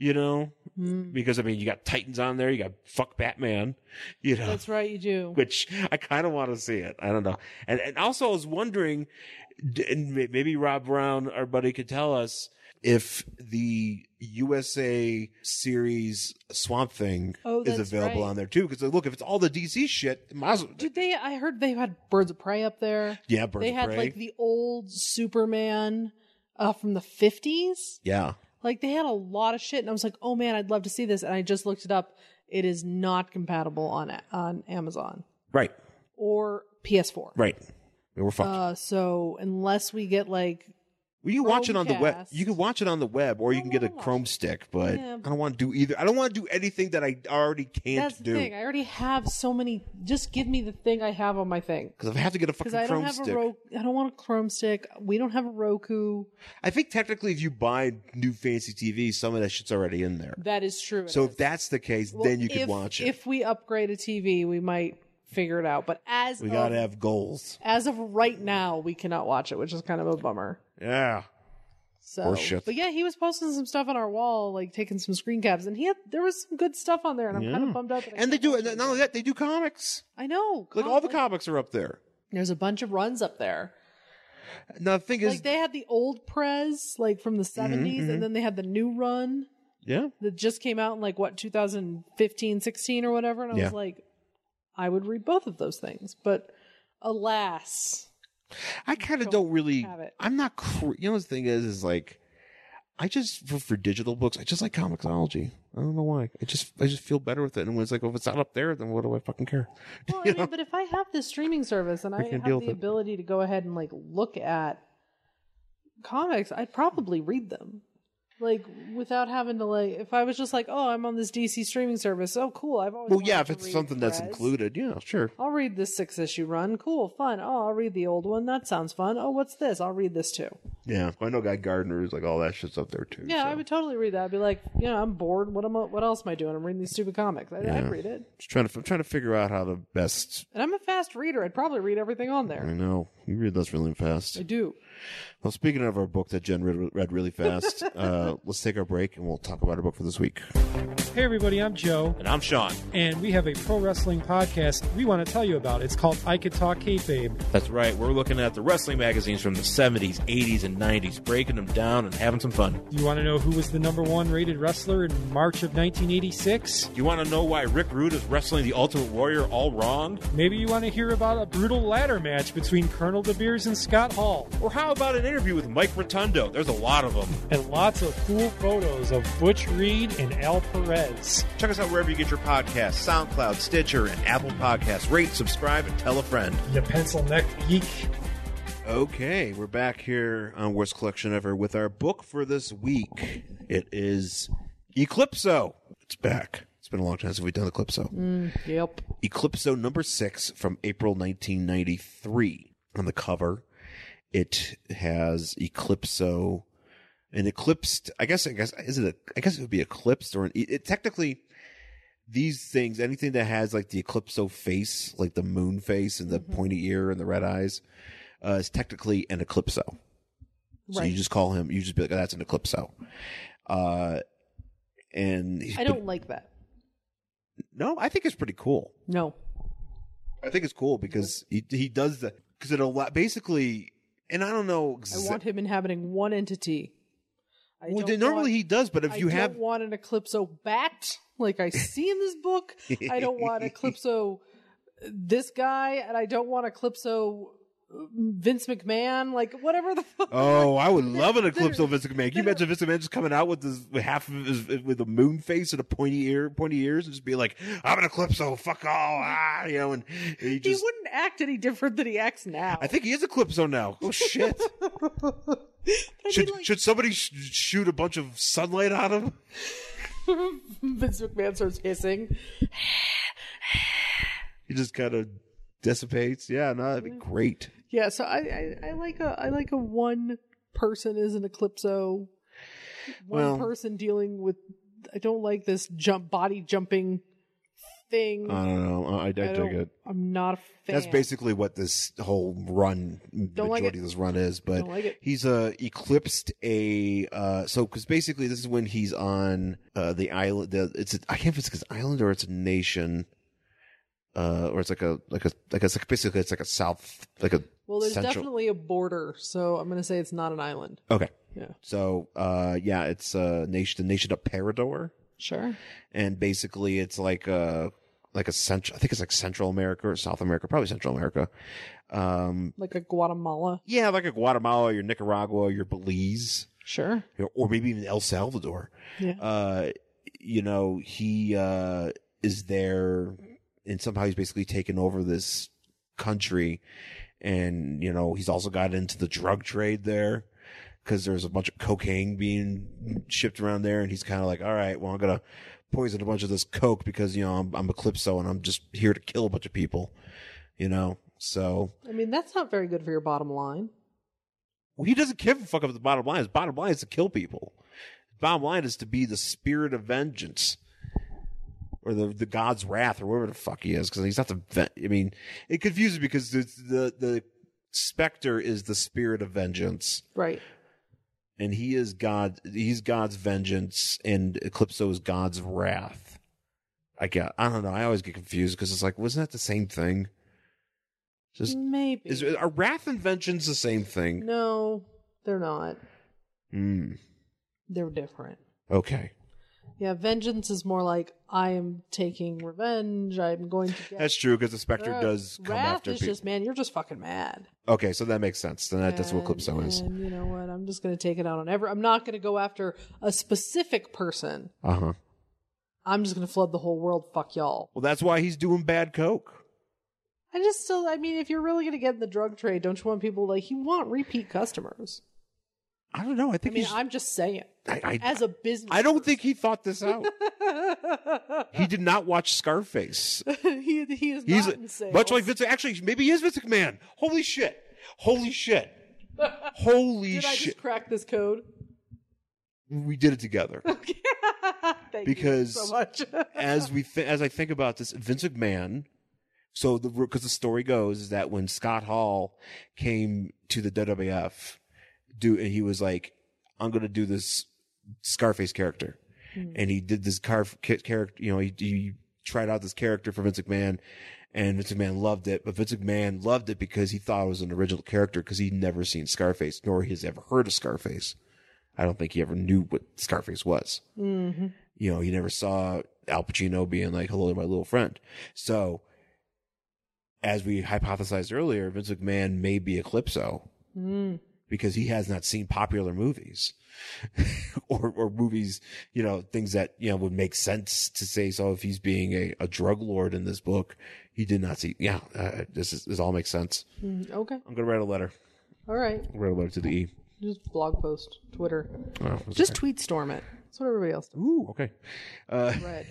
Speaker 2: you know,
Speaker 1: Mm.
Speaker 2: because I mean, you got Titans on there, you got fuck Batman, you know,
Speaker 1: That's right, you do.
Speaker 2: which I kind of want to see it. I don't know. And, and also I was wondering, d- and may- maybe Rob Brown, our buddy could tell us if the USA series Swamp Thing
Speaker 1: Oh,
Speaker 2: is
Speaker 1: that's
Speaker 2: available
Speaker 1: right.
Speaker 2: on there too. Cause look, if it's all the DC shit, it might as well-
Speaker 1: Did they? I heard they had Birds of Prey up there.
Speaker 2: yeah, Birds
Speaker 1: they
Speaker 2: of
Speaker 1: had
Speaker 2: Prey.
Speaker 1: like the old Superman uh, from the fifties.
Speaker 2: yeah.
Speaker 1: Like they had a lot of shit, and I was like, "Oh man, I'd love to see this." And I just looked it up. It is not compatible on on Amazon
Speaker 2: Right.
Speaker 1: or PS4.
Speaker 2: Right. We We're fucked.
Speaker 1: Uh, so unless we get like,
Speaker 2: Well, you can watch it on the web.
Speaker 1: Chromecast.
Speaker 2: You can watch it on the web, or you
Speaker 1: I
Speaker 2: can get a
Speaker 1: wanna watch
Speaker 2: Chrome
Speaker 1: it.
Speaker 2: stick. But
Speaker 1: Yeah.
Speaker 2: I don't want to do either. I don't want to do anything that I already can't
Speaker 1: that's the thing.
Speaker 2: do
Speaker 1: I already have so many. Just give me the thing I have on my thing.
Speaker 2: because I have to get a fucking
Speaker 1: Because I don't
Speaker 2: Chrome
Speaker 1: have
Speaker 2: stick.
Speaker 1: a Roku. I don't want a Chrome stick. We don't have a Roku.
Speaker 2: I think technically, if you buy new fancy TV, some of that shit's already in there.
Speaker 1: That is true. It
Speaker 2: So
Speaker 1: is.
Speaker 2: if that's the case,
Speaker 1: Well,
Speaker 2: then you can
Speaker 1: if-
Speaker 2: watch it.
Speaker 1: If we upgrade a TV, we might figure it out. But as
Speaker 2: we
Speaker 1: of,
Speaker 2: gotta have goals.
Speaker 1: as of right now, we cannot watch it, which is kind of a bummer.
Speaker 2: Yeah.
Speaker 1: So,
Speaker 2: Poor shit.
Speaker 1: but yeah, he was posting some stuff on our wall, like taking some screen caps, and he had there was some good stuff on there, and I'm kind of bummed out. That I
Speaker 2: And they
Speaker 1: can't
Speaker 2: do
Speaker 1: watch
Speaker 2: it. Not only that, they do comics.
Speaker 1: I know.
Speaker 2: Like
Speaker 1: com-
Speaker 2: all the comics are up there.
Speaker 1: there's a bunch of runs up there.
Speaker 2: Now the thing is, Mm-hmm,
Speaker 1: Like they had the old Prez, like from the 70s, and then they had the new run
Speaker 2: yeah,
Speaker 1: that just came out in like what 2015, 16 or whatever. And I
Speaker 2: Yeah.
Speaker 1: was like, I would read both of those things, but alas,
Speaker 2: I kind of don't really.
Speaker 1: have it.
Speaker 2: I'm not. Cr- you know, the thing is, is like, I just for, for digital books, I just like comicsology. I don't know why. I just I just feel better with it. And when it's like, well, if it's not up there, then what do I fucking care?
Speaker 1: Well, I mean, but if I have this streaming service and I,
Speaker 2: can't
Speaker 1: have
Speaker 2: deal with
Speaker 1: the
Speaker 2: it.
Speaker 1: ability to go ahead and like look at comics, I'd probably read them. Like without having to like, if I was just like, oh, I'm on this DC streaming service. Oh, cool. I've always
Speaker 2: Well, yeah,
Speaker 1: wanted
Speaker 2: if
Speaker 1: to
Speaker 2: it's
Speaker 1: read
Speaker 2: something that's
Speaker 1: Perez.
Speaker 2: included, yeah, sure.
Speaker 1: I'll read this six issue run. Cool, fun. Oh, I'll read the old one. That sounds fun. Oh, what's this? I'll read this too.
Speaker 2: Yeah, I know Guy Gardner is like all that shit's up there too.
Speaker 1: Yeah,
Speaker 2: so.
Speaker 1: I would totally read that. I'd be like, you know, I'm bored. What am I, What else am I doing? I'm reading these stupid comics. I, I'd read it,
Speaker 2: Just trying to I'm trying to figure out how to best.
Speaker 1: and I'm a fast reader. I'd probably read everything on
Speaker 2: I
Speaker 1: there.
Speaker 2: know you read those really fast.
Speaker 1: I do.
Speaker 2: Well, speaking of our book that Jen read, read really fast, uh, let's take our break and we'll talk about our book for this week.
Speaker 3: Hey, everybody, I'm Joe,
Speaker 2: And I'm Sean.
Speaker 3: and we have a pro wrestling podcast we want to tell you about. It's called I Could Talk Kayfabe.
Speaker 4: That's right. We're looking at the wrestling magazines from the 70s, 80s, and 90s, breaking them down and having some fun.
Speaker 3: You want to know who was the number one rated wrestler in March of 1986?
Speaker 4: You want to know why Rick Rude is wrestling the Ultimate Warrior all wrong?
Speaker 3: Maybe you want to hear about a brutal ladder match between Colonel De Beers and Scott Hall,
Speaker 4: Or how about an interview with Mike Rotundo? There's a lot of them.
Speaker 3: and lots of cool photos of Butch Reed and Al Perez.
Speaker 4: Check us out wherever you get your podcasts SoundCloud, Stitcher, and Apple Podcasts. Rate, subscribe, and tell a friend.
Speaker 3: You pencil neck geek.
Speaker 2: Okay, we're back here on Worst Collection Ever with our book for this week. It is Eclipso. It's back. It's been a long time since we've done Eclipso.
Speaker 1: Yep.
Speaker 2: Eclipso number six from April 1993. On the cover, it has Eclipso, an eclipsed. I guess. I guess is it a? I guess it would be eclipsed or an. It, technically, these things, anything that has like the Eclipso face, like the moon face and the
Speaker 1: Mm-hmm.
Speaker 2: pointy ear and the red eyes, uh, is technically an Eclipso. So
Speaker 1: Right.
Speaker 2: you just call him. You just be like, oh, that's an Eclipso. Uh, and
Speaker 1: I don't like that.
Speaker 2: no, I think it's pretty cool.
Speaker 1: No.
Speaker 2: I think it's cool because he he does the because it allow basically, and I don't
Speaker 1: I
Speaker 2: know. exa-
Speaker 1: want him inhabiting one entity. I
Speaker 2: well,
Speaker 1: don't
Speaker 2: normally
Speaker 1: want-
Speaker 2: he does, but if
Speaker 1: I
Speaker 2: you have,
Speaker 1: don't want an Eclipso bat like I see in this book. I don't want Eclipso this guy, and I don't want Eclipso Vince McMahon, like whatever the fuck.
Speaker 2: oh, I would love an
Speaker 1: They're-
Speaker 2: Eclipse of Vince McMahon. Can you
Speaker 1: they're-
Speaker 2: imagine Vince McMahon just coming out with this with half of his with a moon face and a pointy ear, pointy ears, and just be like, "I'm an Eclipse, oh fuck all," ah, you know, and he
Speaker 1: he
Speaker 2: just.
Speaker 1: wouldn't act any different than he acts now.
Speaker 2: I think he is Eclipso now. Oh shit!
Speaker 1: I'd
Speaker 2: should
Speaker 1: be like,
Speaker 2: should somebody sh- shoot a bunch of sunlight at him?
Speaker 1: Vince McMahon starts hissing.
Speaker 2: He just kind of dissipates. Yeah, no, that'd be great.
Speaker 1: Yeah, so I, I, I like a I like a one person is an eclipso. One
Speaker 2: Well-
Speaker 1: person dealing with I don't like this jump body jumping thing.
Speaker 2: I don't know. Uh, I, I,
Speaker 1: I
Speaker 2: dig
Speaker 1: don't-
Speaker 2: it.
Speaker 1: I'm not a fan.
Speaker 2: That's basically what this whole run
Speaker 1: Don't like
Speaker 2: majority
Speaker 1: it.
Speaker 2: of this run is. But
Speaker 1: Don't like it.
Speaker 2: he's uh, eclipsed a uh, so because basically this is when he's on uh, the island. The, it's a, I can't remember if it's an island or it's a nation, uh, or it's like a like a like it's like basically it's like a south like a
Speaker 1: Well, there's
Speaker 2: central.
Speaker 1: definitely a border, so I'm going to say it's not an island.
Speaker 2: okay.
Speaker 1: Yeah.
Speaker 2: So uh, yeah, it's uh, nation the nation of Parador.
Speaker 1: Sure.
Speaker 2: and basically it's like a like a central i think it's like central america or south america probably central america um
Speaker 1: Like a Guatemala.
Speaker 2: yeah like a guatemala your nicaragua your belize
Speaker 1: Sure.
Speaker 2: or- or maybe even el salvador
Speaker 1: Yeah.
Speaker 2: uh you know he uh is there and somehow he's basically taken over this country and you know he's also got into the drug trade there because there's a bunch of cocaine being shipped around there and he's kind of like all right well i'm gonna poison a bunch of this coke because you know i'm, I'm eclipso and i'm just here to kill a bunch of people you know so
Speaker 1: I mean, that's not very good for your bottom line.
Speaker 2: well, he doesn't give a fuck about the bottom line. His bottom line is to kill people. His bottom line is to be the spirit of vengeance. Or the, the God's wrath, or whatever the fuck he is, because he's not the. Ven- I mean, it confuses because the, the the specter is the spirit of vengeance,
Speaker 1: Right.
Speaker 2: and he is God. He's God's vengeance, and Eclipso is God's wrath. I get. I don't know. I always get confused because it's like, wasn't that the same thing? Just
Speaker 1: Mm. Maybe.
Speaker 2: is are wrath and vengeance the same thing?
Speaker 1: no, they're not.
Speaker 2: Hmm.
Speaker 1: They're different.
Speaker 2: Okay.
Speaker 1: Yeah, vengeance is more like I am taking revenge. I'm going to get.
Speaker 2: That's true because the Spectre
Speaker 1: Whereas
Speaker 2: does come
Speaker 1: Wrath
Speaker 2: after
Speaker 1: is
Speaker 2: people.
Speaker 1: just man, you're just fucking mad.
Speaker 2: Okay, so that makes sense. Then that, that's what
Speaker 1: And-
Speaker 2: Calypso is.
Speaker 1: And you know what? I'm just going to take it out on every. I'm not going to go after a specific person.
Speaker 2: Uh huh.
Speaker 1: I'm just going to flood the whole world. Fuck y'all.
Speaker 2: Well, that's why he's doing bad coke.
Speaker 1: I just still. I mean, if you're really going to get in the drug trade, don't you want people like you want repeat customers?
Speaker 2: I don't know. I
Speaker 1: I
Speaker 2: think
Speaker 1: mean,
Speaker 2: he's.
Speaker 1: I'm just saying.
Speaker 2: I, I,
Speaker 1: As a business,
Speaker 2: I don't think he thought this out. he did not watch Scarface.
Speaker 1: he, he is
Speaker 2: He's
Speaker 1: not in sales.
Speaker 2: much like Vince. Actually, maybe he is Vince McMahon. Holy shit! Holy shit! Holy
Speaker 1: Did I
Speaker 2: shit!
Speaker 1: just crack this code?
Speaker 2: We did it together.
Speaker 1: Thank
Speaker 2: Because-
Speaker 1: you so much.
Speaker 2: as we th- as I think about this, Vince McMahon. So the because the story goes is that when Scott Hall came to the WWF, do and he was like, "I'm gonna do this Scarface character," and he did this car character. You know, he, he tried out this character for Vince McMahon, and Vince McMahon loved it. But Vince McMahon loved it because he thought it was an original character because he'd never seen Scarface, nor he's ever heard of Scarface. I don't think he ever knew what Scarface was
Speaker 1: Mm-hmm.
Speaker 2: you know, you never saw Al Pacino being like, hello to my little friend. So, as we hypothesized earlier, Vince McMahon may be Eclipso
Speaker 1: Mm.
Speaker 2: because he has not seen popular movies or, or movies, you know, things that, you know, would make sense to say. So if he's being a, a drug lord in this book, he did not see. Yeah, uh, this, is, this all makes sense.
Speaker 1: Mm, Okay.
Speaker 2: I'm going to write a letter.
Speaker 1: All right.
Speaker 2: I'll write a letter to the E.
Speaker 1: Just blog post, Twitter.
Speaker 2: Oh,
Speaker 1: Just tweet storm it. That's what everybody else does.
Speaker 2: Ooh, okay. Uh,
Speaker 1: Right.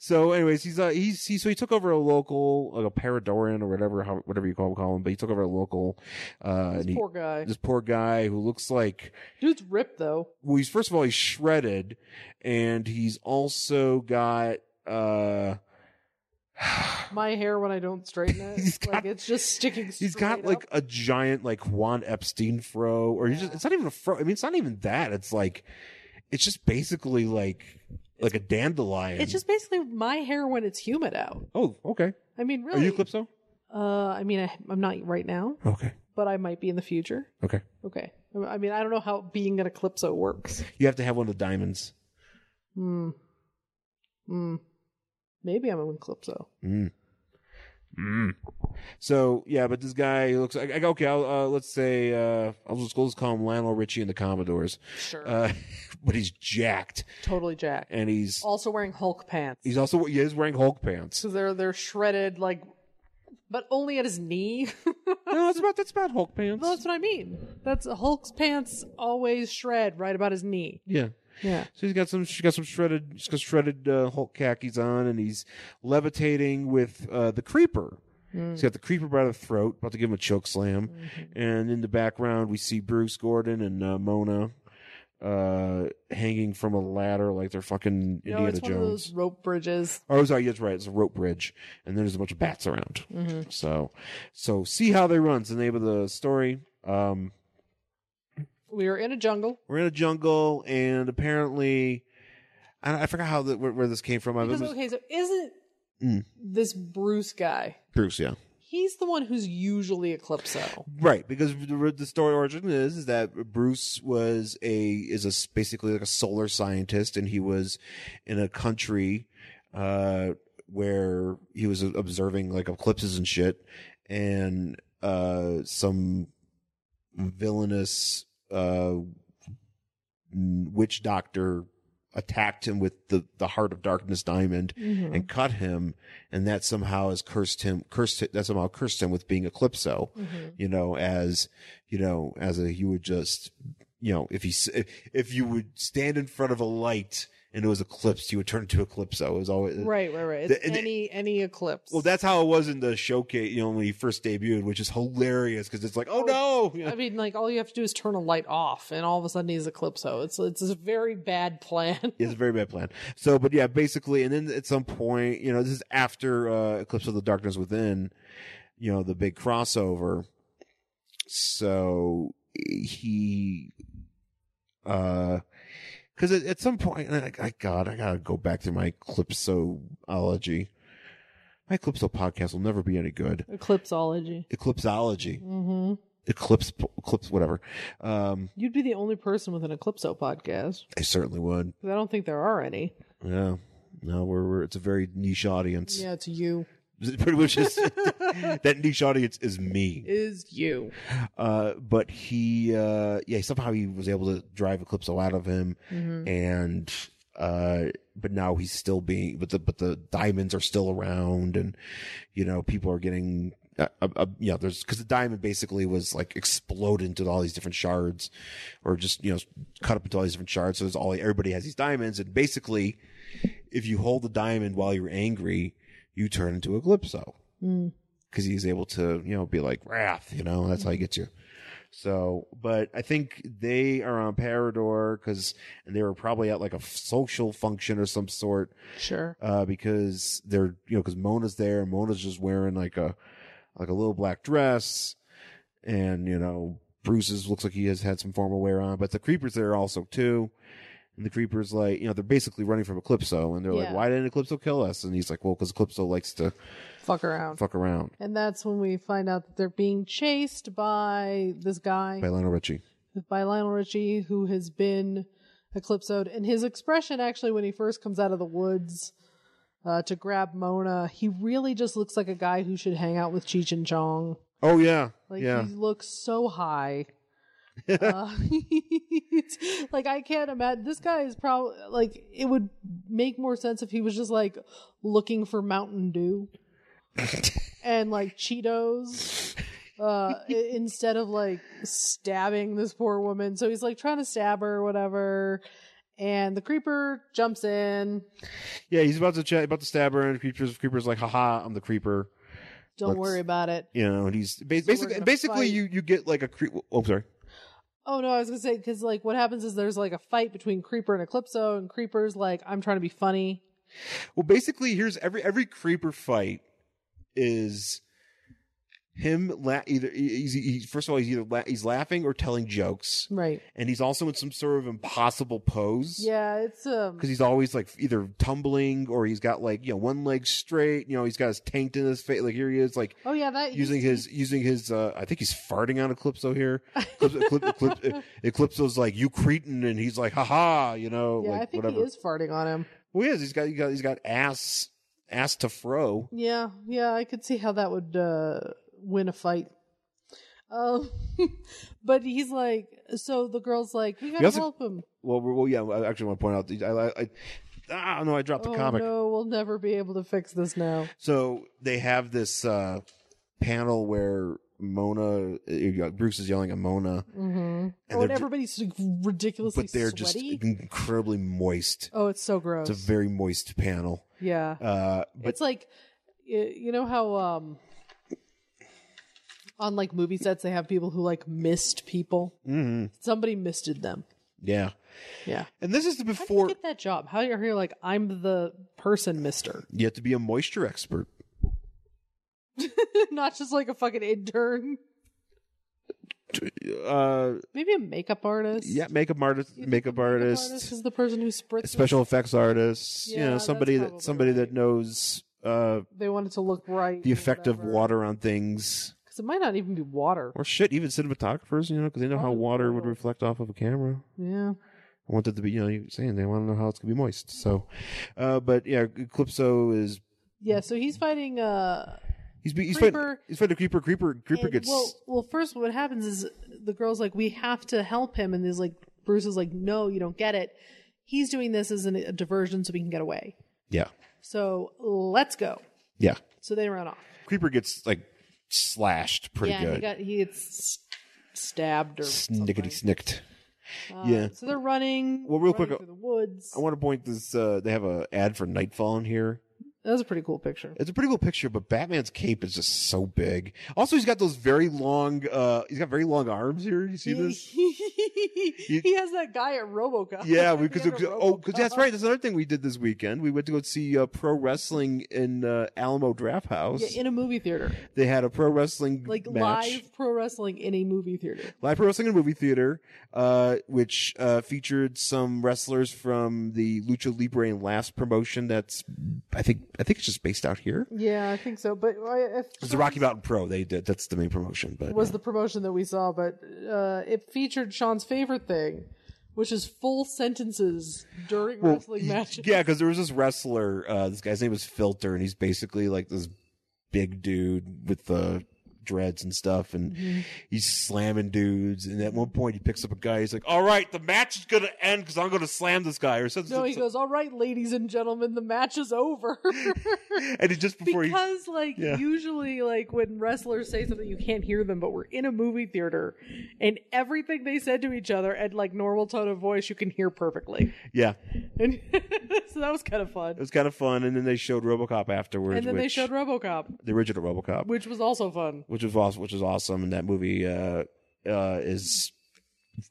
Speaker 2: So, anyways, he's uh, he's he so he took over a local like a Paradorian or whatever how, whatever you call call him, but he took over a local uh, and he-
Speaker 1: Poor guy.
Speaker 2: this poor guy who looks like
Speaker 1: Dude's ripped though.
Speaker 2: well, he's first of all he's shredded, and he's also got uh
Speaker 1: My hair when I don't straighten it,
Speaker 2: He's
Speaker 1: like
Speaker 2: got-
Speaker 1: it's just sticking.
Speaker 2: he's got
Speaker 1: straight
Speaker 2: like
Speaker 1: up.
Speaker 2: a giant like Juan Epstein fro, or he's just it's not even a fro. I mean, it's not even that. It's like it's just basically like like a dandelion.
Speaker 1: It's just basically my hair when it's humid out.
Speaker 2: oh okay.
Speaker 1: I mean,
Speaker 2: Are
Speaker 1: really.
Speaker 2: you Eclipso?
Speaker 1: uh, I mean, I, I'm not right now,
Speaker 2: Okay,
Speaker 1: but I might be in the future.
Speaker 2: okay.
Speaker 1: Okay. I mean, I don't know how being an eclipso works.
Speaker 2: You have to have one of the diamonds.
Speaker 1: Hmm. Hmm. Maybe I'm an eclipso.
Speaker 2: Mm. Mm. So yeah, but this guy looks like like, okay. I'll, uh, let's say uh, I'll just, we'll just call him Lionel Richie and the Commodores.
Speaker 1: Sure.
Speaker 2: Uh, but he's jacked,
Speaker 1: totally jacked.
Speaker 2: and he's
Speaker 1: Also wearing Hulk pants.
Speaker 2: he's also he is wearing Hulk pants.
Speaker 1: So they're they're shredded like, but only at his knee.
Speaker 2: no, that's about that's about Hulk pants.
Speaker 1: Well, that's what I mean. That's Hulk's pants always shred right about his knee.
Speaker 2: yeah.
Speaker 1: Yeah.
Speaker 2: So he's got some she's got some shredded she's got shredded uh, Hulk khakis on, and he's levitating with uh, the creeper.
Speaker 1: Hmm.
Speaker 2: He's got the creeper by the throat,
Speaker 1: Mm-hmm.
Speaker 2: about to give him a choke slam, and in the background we see Bruce Gordon and uh, Mona. uh, hanging from a ladder like they're fucking
Speaker 1: No,
Speaker 2: Indiana
Speaker 1: it's one
Speaker 2: Jones.
Speaker 1: of those rope bridges.
Speaker 2: Oh, sorry, that's right. It's a rope bridge, and then there's a bunch of bats around.
Speaker 1: Mm-hmm.
Speaker 2: So, so see how they run. It's the name of the story. Um,
Speaker 1: We are in a jungle
Speaker 2: we're in a jungle, and apparently, I, don't- I forgot how the, where, where this came from. I
Speaker 1: because
Speaker 2: was
Speaker 1: okay, so isn't
Speaker 2: Mm.
Speaker 1: this Bruce guy?
Speaker 2: Bruce, yeah,
Speaker 1: He's the one who's usually Eclipso.
Speaker 2: right. Because the, the story origin is is that Bruce was a is a s- basically like a solar scientist, and he was in a country uh, where he was observing like eclipses and shit, and uh, some villainous uh, witch doctor attacked him with the, the heart of darkness diamond and cut him and that somehow has cursed him cursed that somehow cursed him with being eclipso
Speaker 1: Mm-hmm.
Speaker 2: you know as you know as a he would just you know if he s- if, if you would stand in front of a light and it was eclipsed you would turn into eclipso it was always
Speaker 1: Right, right, right. It's
Speaker 2: uh, The- and-
Speaker 1: any any eclipse.
Speaker 2: well that's how it was in the showcase you know when he first debuted which is hilarious because it's like oh no you know?
Speaker 1: I mean, like all you have to do is turn a light off, and all of a sudden he's Eclipso. It's it's a very bad plan.
Speaker 2: It's a very bad plan. So, but yeah, basically, and then at some point, you know, this is after uh, Eclipse of the Darkness Within, you know, the big crossover. So he, uh, because at, at some point, I, I God, I gotta go back to my Eclipseology. My Eclipso podcast will never be any good.
Speaker 1: Eclipsology.
Speaker 2: Eclipseology,
Speaker 1: Mm-hmm.
Speaker 2: eclipse, eclipse, whatever. Um,
Speaker 1: You'd be the only person with an Eclipso podcast
Speaker 2: I certainly would.
Speaker 1: because I don't think there are any.
Speaker 2: Yeah. No, we're, we're it's a very niche audience.
Speaker 1: Yeah, it's you.
Speaker 2: pretty much just that niche audience is me.
Speaker 1: Is you.
Speaker 2: Uh, but he, uh, yeah, somehow he was able to drive Eclipso out of him, and uh, but now he's still being, but the but the diamonds are still around, and you know people are getting. Uh, uh, uh, you know, there's because the diamond basically was like exploded into all these different shards, or just you know cut up into all these different shards. So there's all everybody has these diamonds, and basically, if you hold the diamond while you're angry, you turn into a Eclipso
Speaker 1: Mm,
Speaker 2: because he's able to, you know, be like wrath, you know, that's how he gets you. So, but I think they are on Parador because they were probably at like a social function or some sort,
Speaker 1: Sure.
Speaker 2: uh, because they're, you know, because Mona's there and Mona's just wearing like a, like a little black dress and, you know, Bruce's looks like he has had some formal wear on, but the creeper's there also too. And the creeper's like, you know, they're basically running from Eclipso and they're like,
Speaker 1: Yeah.
Speaker 2: why didn't Eclipso kill us? And he's like, well, because Eclipso likes to
Speaker 1: Fuck around.
Speaker 2: fuck around
Speaker 1: And that's when we find out that they're being chased by this guy,
Speaker 2: by Lionel Richie.
Speaker 1: by Lionel Richie, who has been eclipsoed. And his expression, actually, when he first comes out of the woods uh, to grab Mona, he really just looks like a guy who should hang out with Cheech and Chong.
Speaker 2: Oh yeah,
Speaker 1: Like
Speaker 2: yeah.
Speaker 1: he looks so high. Uh, it's- like I can't imagine this guy is probably like it would make more sense if he was just like looking for Mountain Dew and like Cheetos uh i- instead of like stabbing this poor woman. So he's like trying to stab her or whatever. And the creeper jumps in.
Speaker 2: Yeah, he's about to ch- about to stab her, and the creeper's creeper's like, haha, I'm the creeper.
Speaker 1: Don't
Speaker 2: Let's-
Speaker 1: worry about it.
Speaker 2: You know, and he's ba-
Speaker 1: we're
Speaker 2: basically
Speaker 1: gonna
Speaker 2: basically
Speaker 1: fight.
Speaker 2: you you get like a creep. Oh, sorry.
Speaker 1: Oh no, I was gonna say because like what happens is there's like a fight between Creeper and Eclipso, and Creeper's like, "I'm trying to be funny."
Speaker 2: Well, basically, here's every every creeper fight is him la- either e, he's, he, first of all he's either la- he's laughing or telling jokes,
Speaker 1: Right.
Speaker 2: and he's also in some sort of impossible pose.
Speaker 1: Yeah, it's um
Speaker 2: Because he's always like either tumbling or he's got like you know one leg straight, you know he's got his taint in his face. Like here he is, like
Speaker 1: Oh yeah, that
Speaker 2: using his using his uh I think he's farting on Eclipso here. Eclipso, Eclip- Eclip- Eclipso's like you cretin, and he's like haha, you know,
Speaker 1: Yeah,
Speaker 2: like
Speaker 1: I think
Speaker 2: whatever.
Speaker 1: he is farting on him.
Speaker 2: Well, he is. He's got he got he's got ass ass to fro.
Speaker 1: Yeah, yeah, I could see how that would uh win a fight. Um but he's like so the girl's like, We gotta
Speaker 2: also-
Speaker 1: help him.
Speaker 2: Well, well, yeah. I actually want to point out. the- I, I, I ah no, I dropped the
Speaker 1: Oh
Speaker 2: comic.
Speaker 1: no, we'll never be able to fix this now.
Speaker 2: So they have this uh panel where Mona uh, Bruce is yelling at Mona,
Speaker 1: Mm-hmm.
Speaker 2: And
Speaker 1: Oh, and
Speaker 2: they're ju-
Speaker 1: everybody's like, ridiculously
Speaker 2: but they're just
Speaker 1: sweaty.
Speaker 2: incredibly moist.
Speaker 1: oh, it's so gross.
Speaker 2: It's a very moist panel.
Speaker 1: yeah.
Speaker 2: Uh, but
Speaker 1: it's like y- you know how um on like movie sets they have people who like missed people
Speaker 2: mhm.
Speaker 1: somebody misted them
Speaker 2: Yeah.
Speaker 1: Yeah.
Speaker 2: And this is the
Speaker 1: How
Speaker 2: before
Speaker 1: do you get that job? How are you like, I'm the person, mister?
Speaker 2: you have to be a moisture expert.
Speaker 1: Not just like a fucking intern.
Speaker 2: Uh,
Speaker 1: Maybe a makeup artist.
Speaker 2: yeah, makeup artist, makeup artist,
Speaker 1: is the person who spritzes.
Speaker 2: special effects artists.
Speaker 1: Yeah,
Speaker 2: you know,
Speaker 1: that's
Speaker 2: somebody
Speaker 1: probably
Speaker 2: that somebody that
Speaker 1: right.
Speaker 2: knows uh,
Speaker 1: They want it to look right.
Speaker 2: the effect of water on things,
Speaker 1: Because it might not even be water.
Speaker 2: or shit, even cinematographers. You know, because they know how water would reflect off of a camera.
Speaker 1: Yeah.
Speaker 2: I want it to be, you know, you're saying they want to know how it's gonna be moist. So, uh, but yeah, Eclipso is
Speaker 1: Yeah. So he's fighting. Uh,
Speaker 2: he's be- he's fighting
Speaker 1: Creeper.
Speaker 2: he's fighting a creeper. Creeper creeper
Speaker 1: and-
Speaker 2: gets
Speaker 1: well, well, first, what happens is the girl's like, "We have to help him," and he's like, "Bruce is like, no, you don't get it. He's doing this as an, a diversion so we can get away.
Speaker 2: yeah
Speaker 1: So let's go."
Speaker 2: yeah.
Speaker 1: So they run off.
Speaker 2: Creeper gets like slashed pretty
Speaker 1: yeah, he
Speaker 2: good,
Speaker 1: got he gets s- stabbed or
Speaker 2: snickety
Speaker 1: something. Uh,
Speaker 2: snicked. yeah,
Speaker 1: So they're running.
Speaker 2: Well, real quick,
Speaker 1: running through the woods.
Speaker 2: I want to point this. Uh, they have a ad for Nightfall in here.
Speaker 1: that was a pretty cool picture.
Speaker 2: It's a pretty cool picture, but Batman's cape is just so big. Also, he's got those very long. uh He's got very long arms here. You see this?
Speaker 1: he, has that guy at RoboCop.
Speaker 2: Yeah,
Speaker 1: At the
Speaker 2: because
Speaker 1: end of
Speaker 2: oh, because that's
Speaker 1: RoboCop.
Speaker 2: right. That's another thing we did this weekend. We went to go see uh, pro wrestling in uh, Alamo Draft House.
Speaker 1: Yeah, in a movie theater,
Speaker 2: they had a pro wrestling
Speaker 1: like
Speaker 2: match.
Speaker 1: live pro wrestling in a movie theater.
Speaker 2: live pro wrestling in a movie theater, uh, which uh, featured some wrestlers from the Lucha Libre and Laughs promotion. That's I think I think it's just based out here.
Speaker 1: Yeah, I think so. But I,
Speaker 2: It's the Rocky Mountain Pro. They did. That's the main promotion. But uh,
Speaker 1: was the promotion that we saw, but uh, it featured Sean's favorite thing, which is full sentences during
Speaker 2: Well,
Speaker 1: wrestling matches.
Speaker 2: yeah, because there was this wrestler. Uh, this guy's name was Filter, and he's basically like this big dude with the dreads and stuff, and
Speaker 1: Mm-hmm.
Speaker 2: he's slamming dudes. And at one point, he picks up a guy. He's like, "All right, the match is gonna end because I'm gonna slam this guy," or something.
Speaker 1: No, he goes, "All right, ladies and gentlemen, the match is over."
Speaker 2: and he just before he
Speaker 1: because like
Speaker 2: Yeah.
Speaker 1: usually like when wrestlers say something you can't hear them but we're in a movie theater and everything they said to each other at like normal tone of voice you can hear perfectly
Speaker 2: yeah,
Speaker 1: and so that was kind of fun
Speaker 2: it was kind of fun. And then they showed RoboCop afterwards,
Speaker 1: and then they
Speaker 2: which-
Speaker 1: showed robocop
Speaker 2: the original RoboCop,
Speaker 1: which was also fun
Speaker 2: which was awesome, which is awesome, and that movie uh, uh, is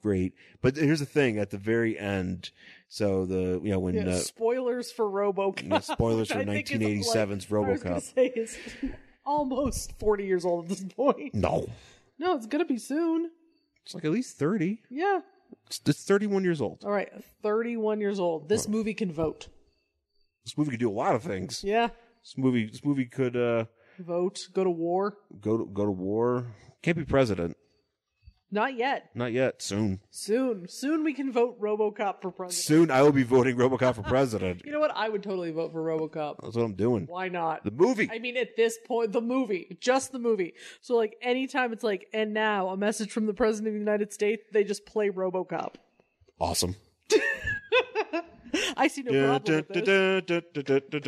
Speaker 2: great. But here's the thing: at the very end, so the you know when
Speaker 1: Yeah,
Speaker 2: uh,
Speaker 1: spoilers for robocop
Speaker 2: yeah, spoilers
Speaker 1: which
Speaker 2: for
Speaker 1: I think is,
Speaker 2: 1987's
Speaker 1: like, I was
Speaker 2: RoboCop.
Speaker 1: gonna say is almost 40 years old at this point
Speaker 2: no,
Speaker 1: no it's gonna be soon
Speaker 2: it's like at least thirty.
Speaker 1: yeah
Speaker 2: It's, it's 31 years old.
Speaker 1: all right 31 years old
Speaker 2: Oh.
Speaker 1: this movie can vote
Speaker 2: This movie could do a lot of things.
Speaker 1: yeah
Speaker 2: This movie, this movie could uh,
Speaker 1: vote, go to war.
Speaker 2: go to go to war. Can't be president.
Speaker 1: Not yet.
Speaker 2: Not yet. Soon.
Speaker 1: Soon. Soon we can vote Robocop for president.
Speaker 2: Soon, I will be voting RoboCop for president.
Speaker 1: You know what? I would totally vote for Robocop.
Speaker 2: That's what I'm doing.
Speaker 1: Why not?
Speaker 2: The movie.
Speaker 1: I mean, at this point, the movie, just the movie. So, like, anytime it's like, and now a message from the President of the United States, they just play Robocop.
Speaker 2: Awesome.
Speaker 1: I see no problem with this.
Speaker 2: Your
Speaker 1: It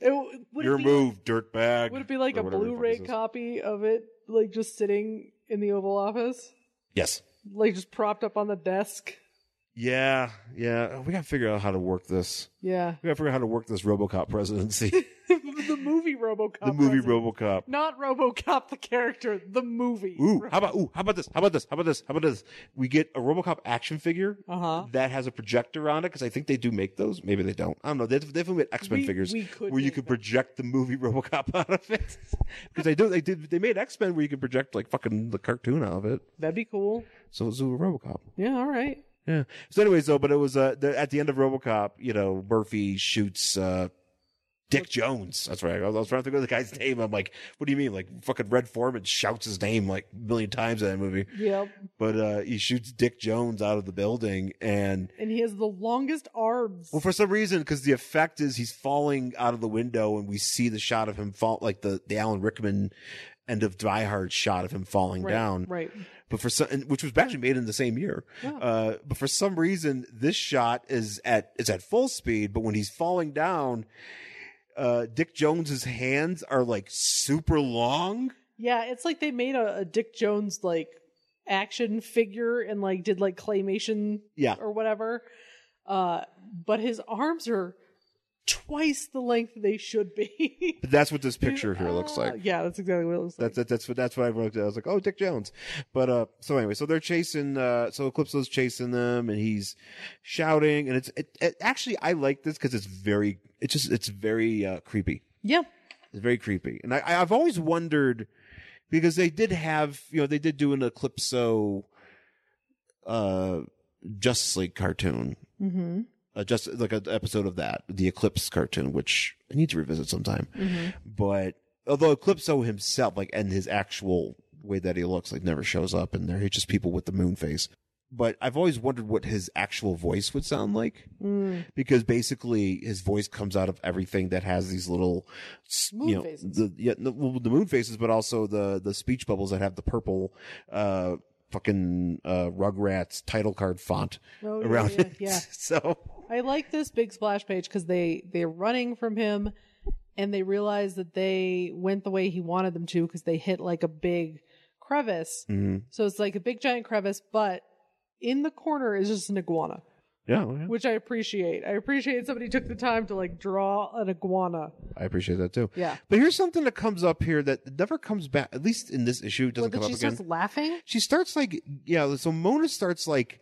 Speaker 1: w- would, it be,
Speaker 2: move, dirtbag.
Speaker 1: would it be like
Speaker 2: or
Speaker 1: a
Speaker 2: whatever the
Speaker 1: Blu
Speaker 2: fuck
Speaker 1: ray
Speaker 2: this is.
Speaker 1: copy of it, like, just sitting in the Oval Office?
Speaker 2: Yes.
Speaker 1: Like, just propped up on the desk?
Speaker 2: Yeah, yeah. We gotta figure out how to work this.
Speaker 1: Yeah.
Speaker 2: We gotta figure out how to work this RoboCop presidency.
Speaker 1: the movie Robocop.
Speaker 2: the movie
Speaker 1: Robocop.
Speaker 2: RoboCop.
Speaker 1: Not RoboCop the character, the movie.
Speaker 2: Ooh, how about ooh, how about this? How about this? How about this? How about this? We get a RoboCop action figure
Speaker 1: Uh-huh.
Speaker 2: that has a projector on it because I think they do make those. Maybe they don't. I don't know. They have definitely made X Men
Speaker 1: We-
Speaker 2: figures
Speaker 1: we could
Speaker 2: where you
Speaker 1: make
Speaker 2: could project the movie RoboCop out of it because they do. They did. They made X Men where you could project like fucking the cartoon out of it.
Speaker 1: That'd be cool.
Speaker 2: So it's a RoboCop.
Speaker 1: Yeah, all right.
Speaker 2: Yeah. So, anyways, though, but it was uh, the, at the end of RoboCop, you know, Murphy shoots uh, Dick Jones. That's right. I was, I was trying to think of the guy's name. I'm like, what do you mean? Like fucking Red Foreman shouts his name like a million times in that movie.
Speaker 1: Yep.
Speaker 2: But uh, he shoots Dick Jones out of the building, and
Speaker 1: And he has the longest arms.
Speaker 2: well, for some reason, because the effect is he's falling out of the window, and we see the shot of him fall, like the the Alan Rickman end of Die Hard shot of him falling
Speaker 1: right,
Speaker 2: down
Speaker 1: Right.
Speaker 2: but for some, and- which was actually made in the same year. Uh, but for some reason, this shot is at is at full speed. But when he's falling down, uh, Dick Jones's hands are like super long.
Speaker 1: Yeah, it's like they made a, a Dick Jones like action figure and like did like claymation
Speaker 2: Yeah,
Speaker 1: or whatever. Uh but his arms are twice the length they should be.
Speaker 2: But that's what this picture here looks
Speaker 1: Uh,
Speaker 2: like.
Speaker 1: yeah, that's exactly what it looks like.
Speaker 2: That's that, that's what that's what I looked at. I was like, oh, Dick Jones. But uh, so anyway, so they're chasing. Uh, so Eclipso's chasing them, and he's shouting, and it's it, it, actually I like this because it's very it's just it's very uh, creepy.
Speaker 1: Yeah.
Speaker 2: It's very creepy, and I I- I've always wondered because they did have you know they did do an Eclipso uh Justice League cartoon.
Speaker 1: Mm-hmm.
Speaker 2: Uh, just like an episode of that, the Eclipse cartoon, which I need to revisit sometime
Speaker 1: Mm-hmm.
Speaker 2: but although Eclipso himself, like, and his actual way that he looks, like, never shows up in there. He's just people with the moon face. But I've always wondered what his actual voice would sound like
Speaker 1: Mm.
Speaker 2: because basically his voice comes out of everything that has these little, s-
Speaker 1: Moon
Speaker 2: you know,
Speaker 1: phases.
Speaker 2: the yeah, the, well, the moon faces, but also the the speech bubbles that have the purple, uh, fucking uh, Rugrats title card font
Speaker 1: Oh, yeah,
Speaker 2: around
Speaker 1: yeah,
Speaker 2: it.
Speaker 1: yeah.
Speaker 2: so
Speaker 1: I like this big splash page because they they're running from him, and they realize that they went the way he wanted them to because they hit like a big crevice.
Speaker 2: mhm.
Speaker 1: So it's like a big giant crevice, but in the corner is just an iguana,
Speaker 2: yeah, well, yeah,
Speaker 1: which I appreciate. I appreciate somebody took the time to like draw an iguana.
Speaker 2: I appreciate that too.
Speaker 1: Yeah.
Speaker 2: But here's something that comes up here that never comes back, at least in this issue, it doesn't
Speaker 1: But then
Speaker 2: come up
Speaker 1: she
Speaker 2: again. Mm-hmm.
Speaker 1: starts laughing,
Speaker 2: she starts like, yeah, so Mona starts like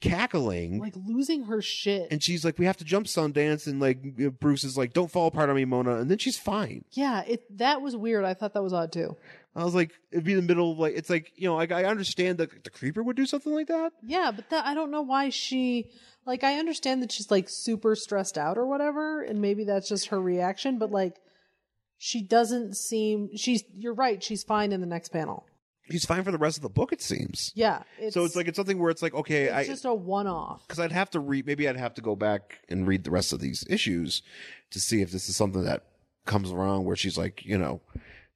Speaker 2: cackling.
Speaker 1: like losing her shit.
Speaker 2: and she's like, we have to jump Sundance. And like, Bruce is like, don't fall apart on me, Mona. And then she's fine.
Speaker 1: yeah, it that was weird. I thought that was odd too.
Speaker 2: I was like, it'd be the middle of like, it's like, you know, like I understand that the creeper would do something like that.
Speaker 1: Yeah, but that, I don't know why she. Like, I understand that she's like super stressed out or whatever, and maybe that's just her reaction. But like, she doesn't seem. She's. You're right. She's fine in the next panel.
Speaker 2: She's fine for the rest of the book, it seems.
Speaker 1: Yeah.
Speaker 2: so it's like, it's something where it's like, okay,
Speaker 1: it's
Speaker 2: I,
Speaker 1: just a one-off.
Speaker 2: because I'd have to read, maybe I'd have to go back and read the rest of these issues to see if this is something that comes around where she's like, you know,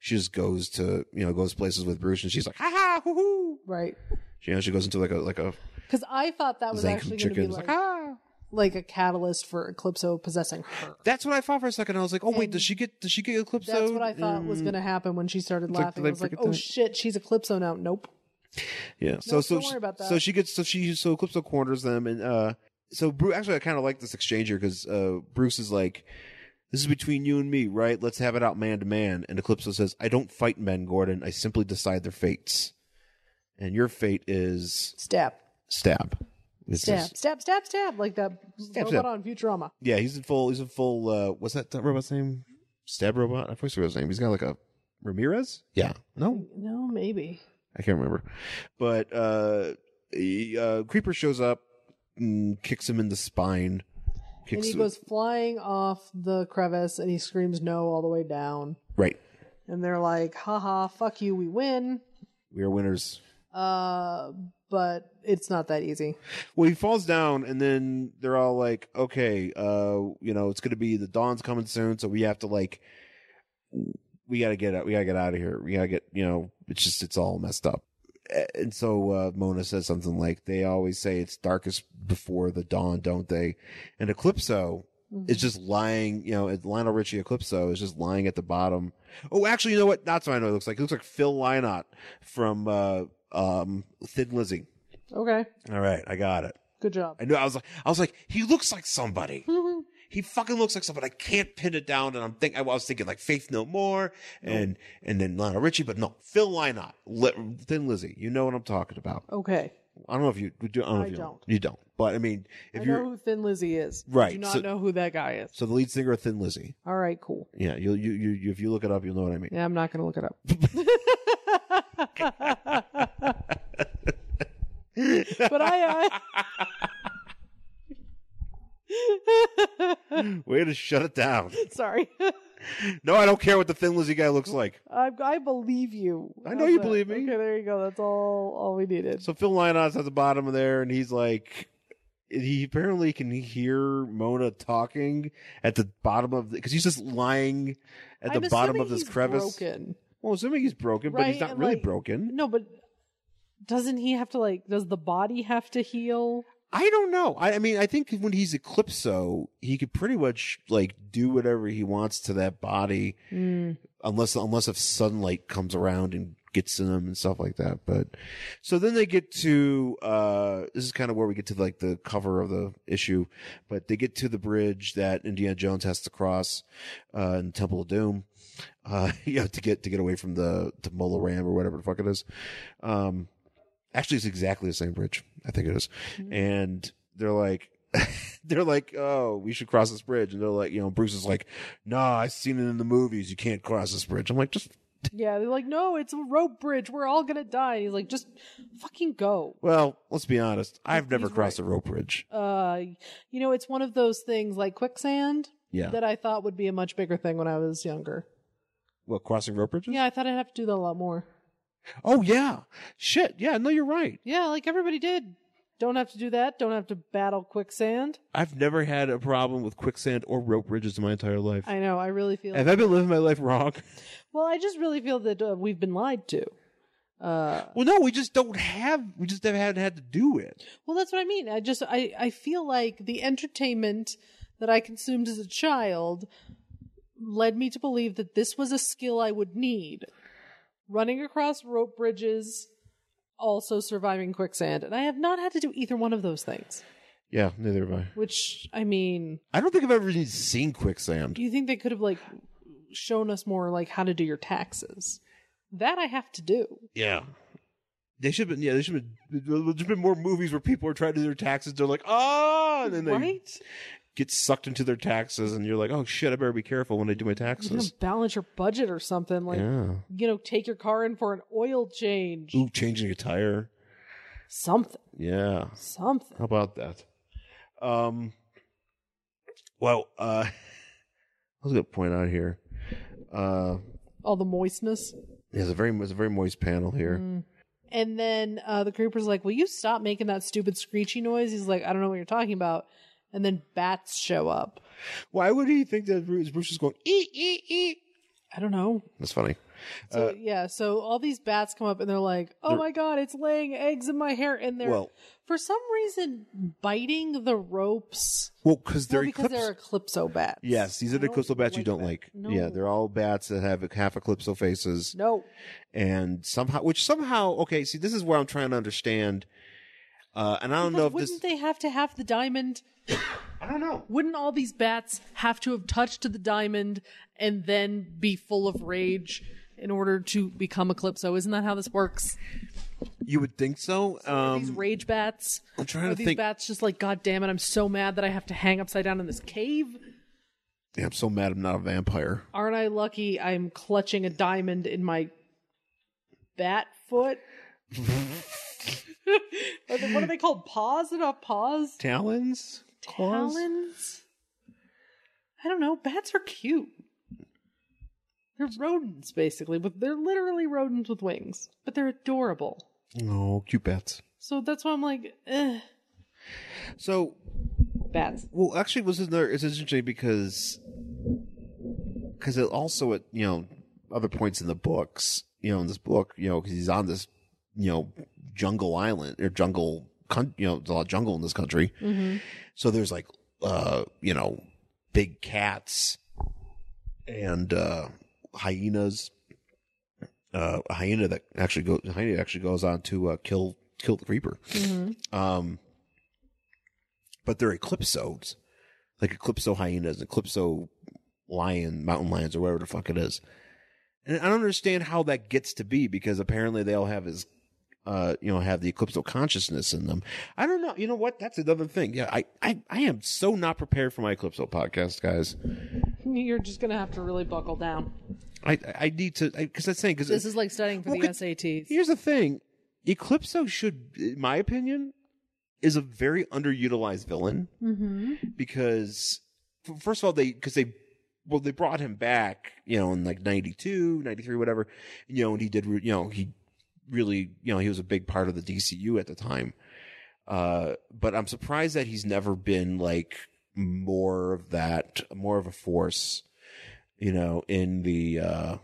Speaker 2: she just goes to, you know, goes places with Bruce and she's like, ha ha, hoo hoo.
Speaker 1: Right.
Speaker 2: You know, she goes into like a, like a
Speaker 1: Because I thought that was
Speaker 2: zank
Speaker 1: actually going to be
Speaker 2: chicken.
Speaker 1: like,
Speaker 2: Like, ah.
Speaker 1: like a catalyst for Eclipso possessing her.
Speaker 2: That's what I thought for a second. I was like, oh, wait, does she get, does she get Eclipso?
Speaker 1: That's what I thought was going to happen when she started
Speaker 2: mm. like,
Speaker 1: laughing.
Speaker 2: did I
Speaker 1: I was like,
Speaker 2: forget
Speaker 1: oh
Speaker 2: that?
Speaker 1: shit, she's Eclipso now. Nope.
Speaker 2: Yeah. So so
Speaker 1: don't
Speaker 2: she,
Speaker 1: worry about that.
Speaker 2: so she gets so she so Eclipso corners them and uh so Bruce actually I kind of like this exchange here because uh Bruce is like this is between you and me right let's have it out man to man and Eclipso says I don't fight men Gordon I simply decide their fates and your fate is
Speaker 1: Stab.
Speaker 2: stab It's
Speaker 1: Stab.
Speaker 2: just-
Speaker 1: Stab. Stab. Stab. Like that
Speaker 2: Stab,
Speaker 1: robot
Speaker 2: stab.
Speaker 1: on Futurama.
Speaker 2: yeah he's in full he's in full uh what's that, that robot's name stab robot I forget his name he's got like a Ramirez yeah no
Speaker 1: No, maybe.
Speaker 2: I can't remember. But uh, he, uh Creeper shows up and kicks him in the spine.
Speaker 1: and
Speaker 2: Kicks
Speaker 1: he goes flying off the crevice and he screams no all the way down
Speaker 2: right.
Speaker 1: and they're like haha fuck you we win
Speaker 2: We are winners.
Speaker 1: uh but it's not that easy
Speaker 2: Well, he falls down, and then they're all like, "Okay, uh, you know, it's gonna be the dawn's coming soon, so we have to like, we gotta get out, we gotta get out of here, we gotta get, you know, it's just it's all messed up." A- And so uh, Mona says something like, "They always say it's darkest before the dawn, don't they?" And Eclipso is just lying, you know, and Lionel Richie Eclipso is just lying at the bottom. Oh, actually, you know what? That's what I know. It looks like it looks like Phil Lynott from uh, um, Thin Lizzy.
Speaker 1: okay
Speaker 2: All right, I got it.
Speaker 1: good job
Speaker 2: I knew I was like I was like he looks like somebody.
Speaker 1: Mm-hmm.
Speaker 2: he fucking looks like somebody. I can't pin it down, and I'm think I was thinking like Faith No More and and then Lionel Richie, but no Phil Lynott, Li- Thin Lizzy. You know what I'm talking about.
Speaker 1: okay
Speaker 2: I don't know if you do. I don't. Know
Speaker 1: I
Speaker 2: if you
Speaker 1: don't.
Speaker 2: You don't. But I mean, if
Speaker 1: i
Speaker 2: you're
Speaker 1: know who thin lizzy is I
Speaker 2: Right,
Speaker 1: do not
Speaker 2: so-
Speaker 1: know who that guy is
Speaker 2: so the lead singer of Thin Lizzy.
Speaker 1: all right cool
Speaker 2: Yeah, you you you you- if you look it up, you'll know what I mean.
Speaker 1: yeah i'm not gonna look it up but i, I Mm.
Speaker 2: Way to shut it down.
Speaker 1: sorry
Speaker 2: No, I don't care what the Thin Lizzy guy looks like.
Speaker 1: I, I believe you
Speaker 2: I know you
Speaker 1: How's that?
Speaker 2: believe me.
Speaker 1: okay there you go that's all all we needed
Speaker 2: So Phil Lynott's at the bottom of there, and he's like, he apparently can hear Mona talking at the bottom of because he's just lying at the
Speaker 1: I'm
Speaker 2: bottom
Speaker 1: assuming
Speaker 2: of this
Speaker 1: he's
Speaker 2: crevice.
Speaker 1: broken.
Speaker 2: Well, assuming he's broken, but he's
Speaker 1: Right,
Speaker 2: not
Speaker 1: and,
Speaker 2: really
Speaker 1: like-
Speaker 2: broken.
Speaker 1: No, but doesn't he have to like? Does the body have to heal?
Speaker 2: I don't know. I, I mean, I think when he's Eclipso, he could pretty much like do Hmm. whatever he wants to that body, unless unless if sunlight comes around and gets in them and stuff like that. But so then they get to uh, this is kind of where we get to like the cover of the issue, but they get to the bridge that Indiana Jones has to cross uh, in Temple of Doom, uh, you know, to get to get away from the to Mola Ram or whatever the fuck it is. Um, actually, it's exactly the same bridge, I think it is. and they're like. they're like, oh, we should cross this bridge. And they're like, you know, Bruce is like, nah, I've seen it in the movies. You can't cross this bridge. I'm like, just
Speaker 1: Yeah, they're like, no, it's a rope bridge. We're all gonna die. And he's like, just fucking go.
Speaker 2: Well, let's be honest. I've never
Speaker 1: he's
Speaker 2: crossed a rope bridge.
Speaker 1: Uh, you know, it's one of those things like quicksand
Speaker 2: Yeah.
Speaker 1: that I thought would be a much bigger thing when I was younger.
Speaker 2: well, crossing rope bridges?
Speaker 1: Yeah, I thought I'd have to do that a lot more.
Speaker 2: Oh yeah. Shit. Yeah. No, you're right.
Speaker 1: Yeah, like everybody did. Don't have to do that. Don't have to battle quicksand.
Speaker 2: I've never had a problem with quicksand or rope bridges in my entire life.
Speaker 1: I know. I really feel.
Speaker 2: Have I been living my life wrong?
Speaker 1: well, I just really feel that uh, we've been lied to. Uh,
Speaker 2: Well, no, we just don't have. We just never haven't had to do it.
Speaker 1: Well, that's what I mean. I just I I feel like the entertainment that I consumed as a child led me to believe that this was a skill I would need. Running across rope bridges, also surviving quicksand, and I have not had to do either one of those things.
Speaker 2: Yeah, neither have I.
Speaker 1: Which I mean,
Speaker 2: I don't think I've ever even seen quicksand.
Speaker 1: do you think they could have like shown us more like how to do your taxes? That I have to do.
Speaker 2: Yeah. They should have been, yeah, they should have been, there's been more movies where people are trying to do their taxes. They're like, ah, and then they
Speaker 1: Right?
Speaker 2: get sucked into their taxes, and you're like, oh shit, I better be careful when I do my
Speaker 1: You know,
Speaker 2: taxes.
Speaker 1: balance your budget or something. Like,
Speaker 2: Yeah.
Speaker 1: you know, take your car in for an oil change.
Speaker 2: Ooh, changing a tire.
Speaker 1: Something.
Speaker 2: Yeah.
Speaker 1: Something.
Speaker 2: How about that? Um Well, uh I was gonna point out here. Uh
Speaker 1: All the moistness. Mm.
Speaker 2: there's a very there's a very moist panel here.
Speaker 1: Mm-hmm. And then uh, the creeper's like, Will you stop making that stupid screechy noise? He's like, I don't know what you're talking about. And then bats show up.
Speaker 2: Why would he think that Bruce, Bruce is going ee ee ee?
Speaker 1: I don't know.
Speaker 2: That's funny. Uh,
Speaker 1: So, yeah, so all these bats come up and they're like, Oh my God, it's laying eggs in my hair. And they're,
Speaker 2: Well-
Speaker 1: for some reason, biting the ropes.
Speaker 2: Well, because they're
Speaker 1: Well, because
Speaker 2: eclipse-
Speaker 1: they're Eclipso bats.
Speaker 2: Yes, these are
Speaker 1: I
Speaker 2: the
Speaker 1: don't
Speaker 2: coastal bats you
Speaker 1: like
Speaker 2: don't
Speaker 1: that.
Speaker 2: like.
Speaker 1: No.
Speaker 2: Yeah, they're all bats that have half eclipso faces.
Speaker 1: No.
Speaker 2: and somehow which somehow okay see this is where i'm trying to understand uh and i don't know
Speaker 1: Because
Speaker 2: if this
Speaker 1: wouldn't they have to have the diamond?
Speaker 2: i don't know
Speaker 1: Wouldn't all these bats have to have touched the diamond and then be full of rage in order to become Eclipso? Isn't that how this works?
Speaker 2: you would think so
Speaker 1: Are these
Speaker 2: um
Speaker 1: rage bats?
Speaker 2: i'm trying
Speaker 1: Are
Speaker 2: to
Speaker 1: these
Speaker 2: think
Speaker 1: bats just like, God damn it, I'm so mad that I have to hang upside down in this cave?
Speaker 2: Yeah, i'm so mad i'm not a vampire
Speaker 1: Aren't I lucky I'm clutching a diamond in my bat foot? Are they- what are they called? Paws? They're not paws?
Speaker 2: talons
Speaker 1: Talons? I don't know. Bats are cute. They're rodents, basically, but they're literally rodents with wings. But they're adorable.
Speaker 2: oh cute bats
Speaker 1: So that's why I'm like, eh,
Speaker 2: so
Speaker 1: bats.
Speaker 2: well actually was another it's interesting because because it also at you know other points in the books you know in this book you know because he's on this you know jungle island or jungle coun- you know there's a lot of jungle in this country
Speaker 1: Mm-hmm.
Speaker 2: so there's like uh you know big cats and uh hyenas uh a hyena that actually goes hyena actually goes on to uh kill kill the creeper um but they're eclipsodes like eclipso hyenas eclipso lion mountain lions or whatever the fuck it is and i don't understand how that gets to be because apparently they all have his uh, you know, have the eclipso consciousness in them. I don't know. You know what? That's another thing. Yeah, I, I, I am so not prepared for my eclipso podcast, guys.
Speaker 1: You're just going to have to really buckle down.
Speaker 2: I, I need to because that's saying
Speaker 1: This
Speaker 2: because
Speaker 1: is like studying for
Speaker 2: Well,
Speaker 1: the
Speaker 2: could-
Speaker 1: SATs.
Speaker 2: here's the thing, eclipso should, in my opinion, is a very underutilized villain because f- first of all they because they well they brought him back you know in like 92 93 whatever you know and he did re- you know he really you know he was a big part of the DCU at the time uh but I'm surprised that he's never been like more of that more of a force you know in the uh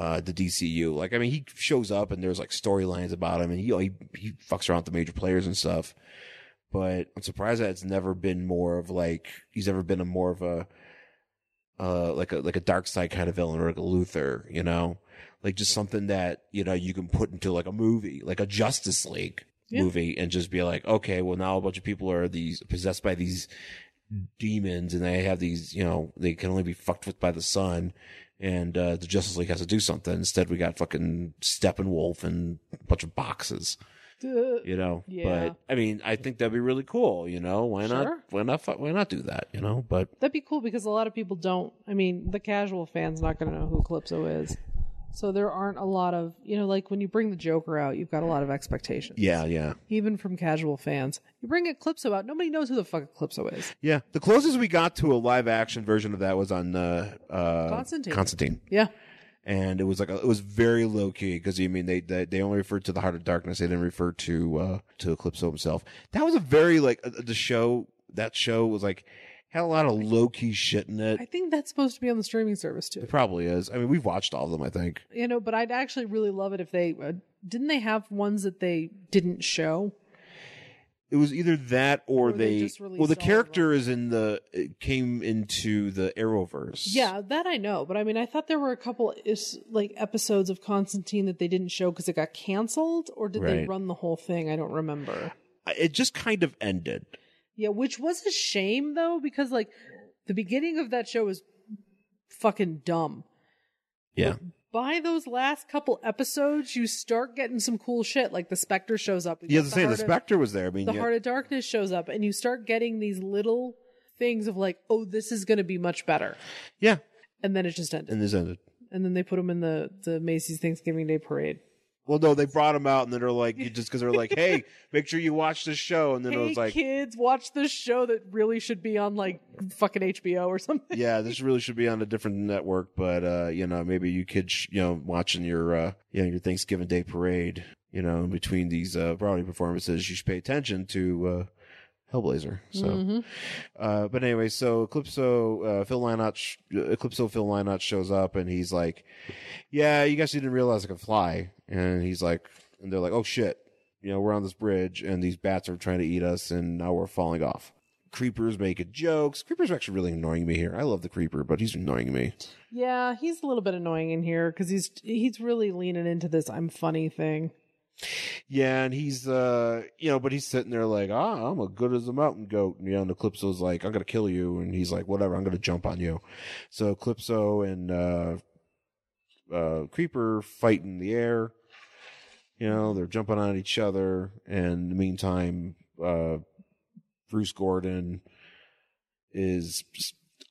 Speaker 2: uh, the DCU, like I mean, he shows up and there's like storylines about him, and he you know, he he fucks around with the major players and stuff but I'm surprised that it's never been more of like he's ever been a more of a uh, like a like a dark side kind of villain or like a Luther, you know, like just something that you know you can put into like a movie, like a Justice League
Speaker 1: Yeah.
Speaker 2: movie, and just be like, okay, well now a bunch of people are these possessed by these demons, and they have these, you know, they can only be fucked with by the sun. And uh, the Justice League has to do something. Instead, we got fucking Steppenwolf and a bunch of boxes
Speaker 1: Duh.
Speaker 2: you know.
Speaker 1: Yeah.
Speaker 2: But I mean, I think that'd be really cool. You know, why not?
Speaker 1: Sure.
Speaker 2: Why not? fu- Why not do that? You know. But
Speaker 1: That'd be cool because a lot of people don't. I mean, the casual fan's not going to know who Calypso is. So there aren't a lot of, you know, like when you bring the Joker out, you've got a lot of expectations.
Speaker 2: yeah, yeah,
Speaker 1: Even from casual fans. You bring Calypso out, nobody knows who the fuck Calypso is.
Speaker 2: yeah. The closest we got to a live action version of that was on uh, uh,
Speaker 1: Constantine.
Speaker 2: Constantine,
Speaker 1: Yeah.
Speaker 2: and it was like a, it was very low key because you mean they, they they only referred to the Heart of Darkness. They didn't refer to uh, to Eclipso himself. That was a very like uh, the show. That show was like had a lot of low key shit in it.
Speaker 1: I think that's supposed to be on the streaming service too.
Speaker 2: it probably is. I mean, we've watched all of them. I think.
Speaker 1: You know, but I'd actually really love it if they uh, didn't they have ones that they didn't show?
Speaker 2: it was either that or,
Speaker 1: Or they
Speaker 2: they,
Speaker 1: just released
Speaker 2: well the
Speaker 1: all of
Speaker 2: character is in the it came into the arrowverse
Speaker 1: Yeah, that I know, but I mean, I thought there were a couple is like episodes of Constantine that they didn't show because it got canceled, or did they
Speaker 2: Right.
Speaker 1: run the whole thing? I don't remember.
Speaker 2: I- it just kind of ended
Speaker 1: Yeah, which was a shame though, because like the beginning of that show was fucking dumb.
Speaker 2: yeah
Speaker 1: By those last couple episodes, you start getting some cool shit. Like the Spectre shows up. You
Speaker 2: yeah
Speaker 1: got
Speaker 2: the same the
Speaker 1: Heart of-
Speaker 2: specter was there i mean
Speaker 1: the
Speaker 2: yeah,
Speaker 1: heart of darkness shows up and you start getting these little things of like oh this is going to be much better
Speaker 2: yeah
Speaker 1: and then it just ended
Speaker 2: and this ended
Speaker 1: and then they put them in the the macy's thanksgiving day parade
Speaker 2: well no they brought him out and then they're like you just because they're like hey make sure you watch this show and then it
Speaker 1: hey
Speaker 2: was like
Speaker 1: kids watch this show that really should be on like fucking hbo or something
Speaker 2: yeah this really should be on a different network but uh you know maybe you kids sh- you know watching your uh you know your thanksgiving day parade you know in between these uh broadway performances you should pay attention to uh hellblazer so
Speaker 1: Mhm.
Speaker 2: Uh, but anyway, so Eclipso, uh, Phil Lynott, sh- Eclipso Phil Lynott shows up and he's like, yeah, you guys didn't realize I could fly. And he's like, and they're like, oh shit, you know, we're on this bridge and these bats are trying to eat us and now we're falling off. Creepers making jokes. Creepers are actually really annoying me here. I love the creeper, but he's annoying me.
Speaker 1: yeah he's a little bit annoying in here because he's he's really leaning into this i'm funny thing
Speaker 2: Yeah, and he's uh you know, but he's sitting there like, ah, I'm as good as a mountain goat. And you know, and Eclipso's like, I'm gonna kill you, and he's like, Whatever, I'm gonna jump on you. So Eclipso and uh uh Creeper fight in the air. You know, they're jumping on each other, and in the meantime, uh Bruce Gordon is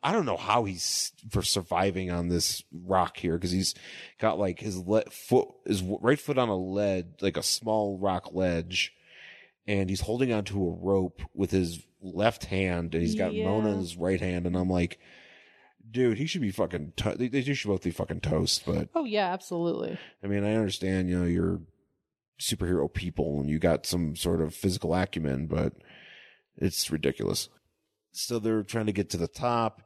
Speaker 2: I don't know how he's for surviving on this rock here because he's got like his le- foot, his w- right foot on a lead, like a small rock ledge, and he's holding onto a rope with his left hand, and he's got
Speaker 1: Yeah.
Speaker 2: Mona in his right hand, and I'm like, dude, he should be fucking. To- they, they should both be fucking toast. But
Speaker 1: oh yeah absolutely
Speaker 2: I mean, I understand, you know, you're superhero people and you got some sort of physical acumen, but it's ridiculous. So they're trying to get to the top.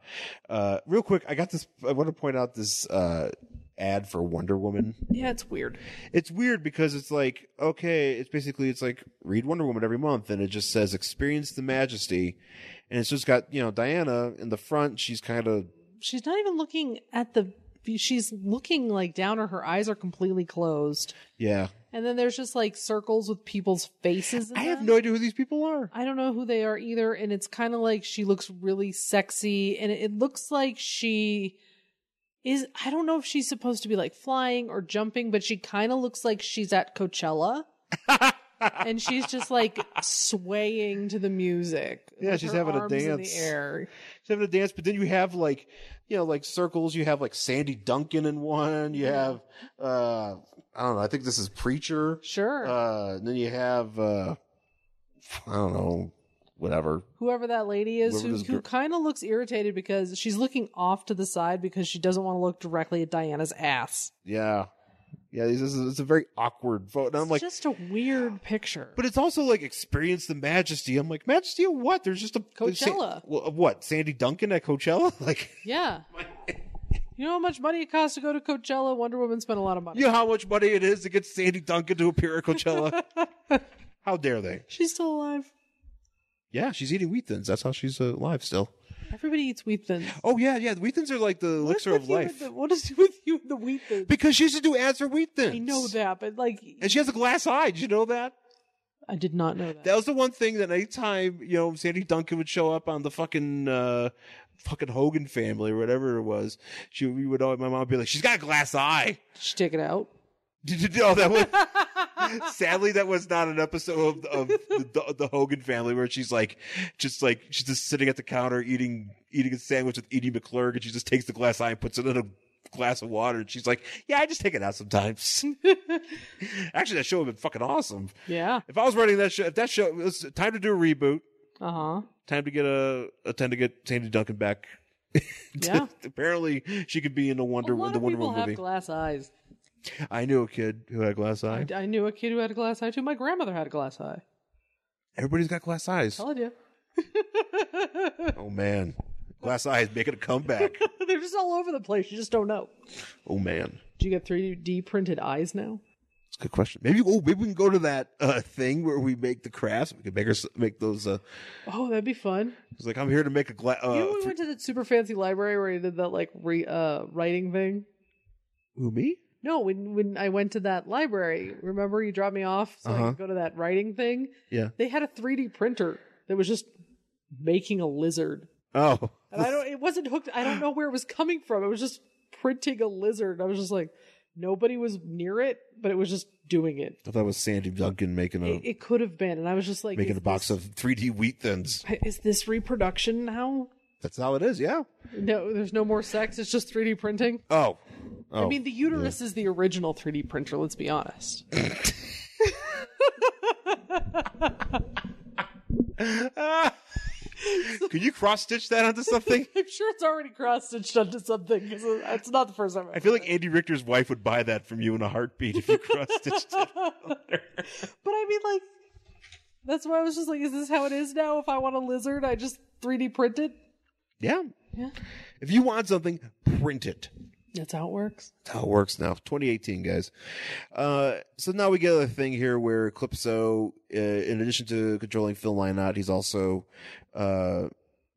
Speaker 2: Uh, real quick, I got this. I want to point out this uh, ad for Wonder Woman.
Speaker 1: yeah it's weird
Speaker 2: It's weird because it's like, okay, it's basically it's like read Wonder Woman every month, and it just says experience the majesty, and it's just got you know Diana in the front. She's kind of
Speaker 1: she's not even looking at the she's looking like down or her eyes are completely closed
Speaker 2: yeah.
Speaker 1: And then there's just like circles with people's faces. In
Speaker 2: I have
Speaker 1: them.
Speaker 2: no idea who these people are.
Speaker 1: I don't know who they are either. And it's kind of like she looks really sexy, and it, it looks like she is. I don't know if she's supposed to be like flying or jumping, but she kind of looks like she's at Coachella. and she's just like swaying to the music.
Speaker 2: Yeah,
Speaker 1: with
Speaker 2: she's
Speaker 1: her
Speaker 2: having a
Speaker 1: arms in
Speaker 2: dance.
Speaker 1: the air.
Speaker 2: She's having a dance, but then you have like, you know, like circles. You have like Sandy Duncan in one. You have, uh, I don't know. I think this is Preacher.
Speaker 1: Sure,
Speaker 2: Uh, and then you have, uh, I don't know, whatever.
Speaker 1: whoever that lady is,
Speaker 2: whoever
Speaker 1: who,
Speaker 2: this
Speaker 1: who
Speaker 2: gir-
Speaker 1: kind of looks irritated because she's looking off to the side because she doesn't want to look directly at Diana's ass.
Speaker 2: Yeah, yeah. This is it's a very awkward vote, and I'm like,
Speaker 1: it's just a weird picture.
Speaker 2: but it's also like experience the majesty. I'm like, majesty of what? There's just a
Speaker 1: Coachella.
Speaker 2: Well, of what? Sandy Duncan at Coachella? Like,
Speaker 1: yeah. You know how much money it costs to go to Coachella? Wonder Woman spent a lot of money.
Speaker 2: you know how much money it is to get Sandy Duncan to appear at Coachella? how dare they?
Speaker 1: She's still alive.
Speaker 2: Yeah, she's eating wheat thins. That's how she's alive still.
Speaker 1: Everybody eats wheat thins.
Speaker 2: Oh yeah, yeah. Wheat thins are like the
Speaker 1: What is
Speaker 2: elixir
Speaker 1: with
Speaker 2: of
Speaker 1: you with
Speaker 2: life.
Speaker 1: the- what is with you and the wheat thins?
Speaker 2: Because she used to do ads for wheat thins.
Speaker 1: I know that, but like,
Speaker 2: And she has a glass eye. Did you know that?
Speaker 1: I did not know that.
Speaker 2: That was the one thing that anytime, you know, Sandy Duncan would show up on the fucking, uh, fucking Hogan family or whatever it was, she we would always, my mom would be like, she's got a glass eye.
Speaker 1: Did she take it out?
Speaker 2: Did you know that was, sadly, that was not an episode of, of the, the, the Hogan family where she's like, just like, she's just sitting at the counter eating, eating a sandwich with Edie McClurg and she just takes the glass eye and puts it in a glass of water and she's like, yeah, I just take it out sometimes. Actually, that show would have been fucking awesome.
Speaker 1: Yeah.
Speaker 2: If I was running that show, if that show it was time to do a reboot,
Speaker 1: Uh huh.
Speaker 2: time to get a, a time to get Sandy Duncan back.
Speaker 1: Yeah.
Speaker 2: Apparently, she could be in the Wonder
Speaker 1: a lot
Speaker 2: the
Speaker 1: of
Speaker 2: Wonder
Speaker 1: people
Speaker 2: Woman
Speaker 1: have
Speaker 2: movie.
Speaker 1: glass eyes.
Speaker 2: I knew a kid who had glass eye.
Speaker 1: I knew a kid who had a glass eye too. My grandmother had a glass eye.
Speaker 2: Everybody's got glass eyes.
Speaker 1: Told you.
Speaker 2: Oh man, glass eyes making a comeback.
Speaker 1: They're just all over the place. You just don't know.
Speaker 2: oh man,
Speaker 1: Do you get 3D printed eyes now?
Speaker 2: it's a good question. Maybe oh maybe we can go to that uh, thing where we make the crafts. We can make her make those. Uh,
Speaker 1: Oh, that'd be fun.
Speaker 2: it's like I'm here to make a glass.
Speaker 1: you know
Speaker 2: Uh,
Speaker 1: when we
Speaker 2: for-
Speaker 1: went to that super fancy library where you did that like re- uh, writing thing?
Speaker 2: who me?
Speaker 1: No, when when I went to that library, remember you dropped me off so I
Speaker 2: Uh-huh.
Speaker 1: could go to that writing thing?
Speaker 2: Yeah.
Speaker 1: They had a 3D printer that was just making a lizard.
Speaker 2: Oh,
Speaker 1: And I don't it wasn't hooked I don't know where it was coming from. It was just printing a lizard. I was just like nobody was near it, but it was just doing it.
Speaker 2: I thought it was Sandy Duncan making a
Speaker 1: It, it could have been. And I was just like
Speaker 2: making
Speaker 1: is
Speaker 2: a box
Speaker 1: this-
Speaker 2: of 3D wheat thins.
Speaker 1: is this reproduction now?
Speaker 2: That's how it is. Yeah.
Speaker 1: No, there's no more sex. It's just 3D printing.
Speaker 2: Oh. oh.
Speaker 1: I mean, the uterus is the original 3D printer. Let's be honest.
Speaker 2: Could you cross stitch that onto something?
Speaker 1: I'm sure it's already cross stitched onto something. 'cause It's not the first time.
Speaker 2: I feel like Andy Richter's wife would buy that from you in a heartbeat if you cross stitched it.
Speaker 1: but I mean, like, that's why I was just like, is this how it is now? If I want a lizard, I just 3D print it.
Speaker 2: Yeah.
Speaker 1: Yeah.
Speaker 2: If you want something, print it.
Speaker 1: That's how it works.
Speaker 2: That's how it works now. 2018, guys. Uh, so now we get a thing here where Calypso, uh, in addition to controlling Phil Lynott, he's also uh,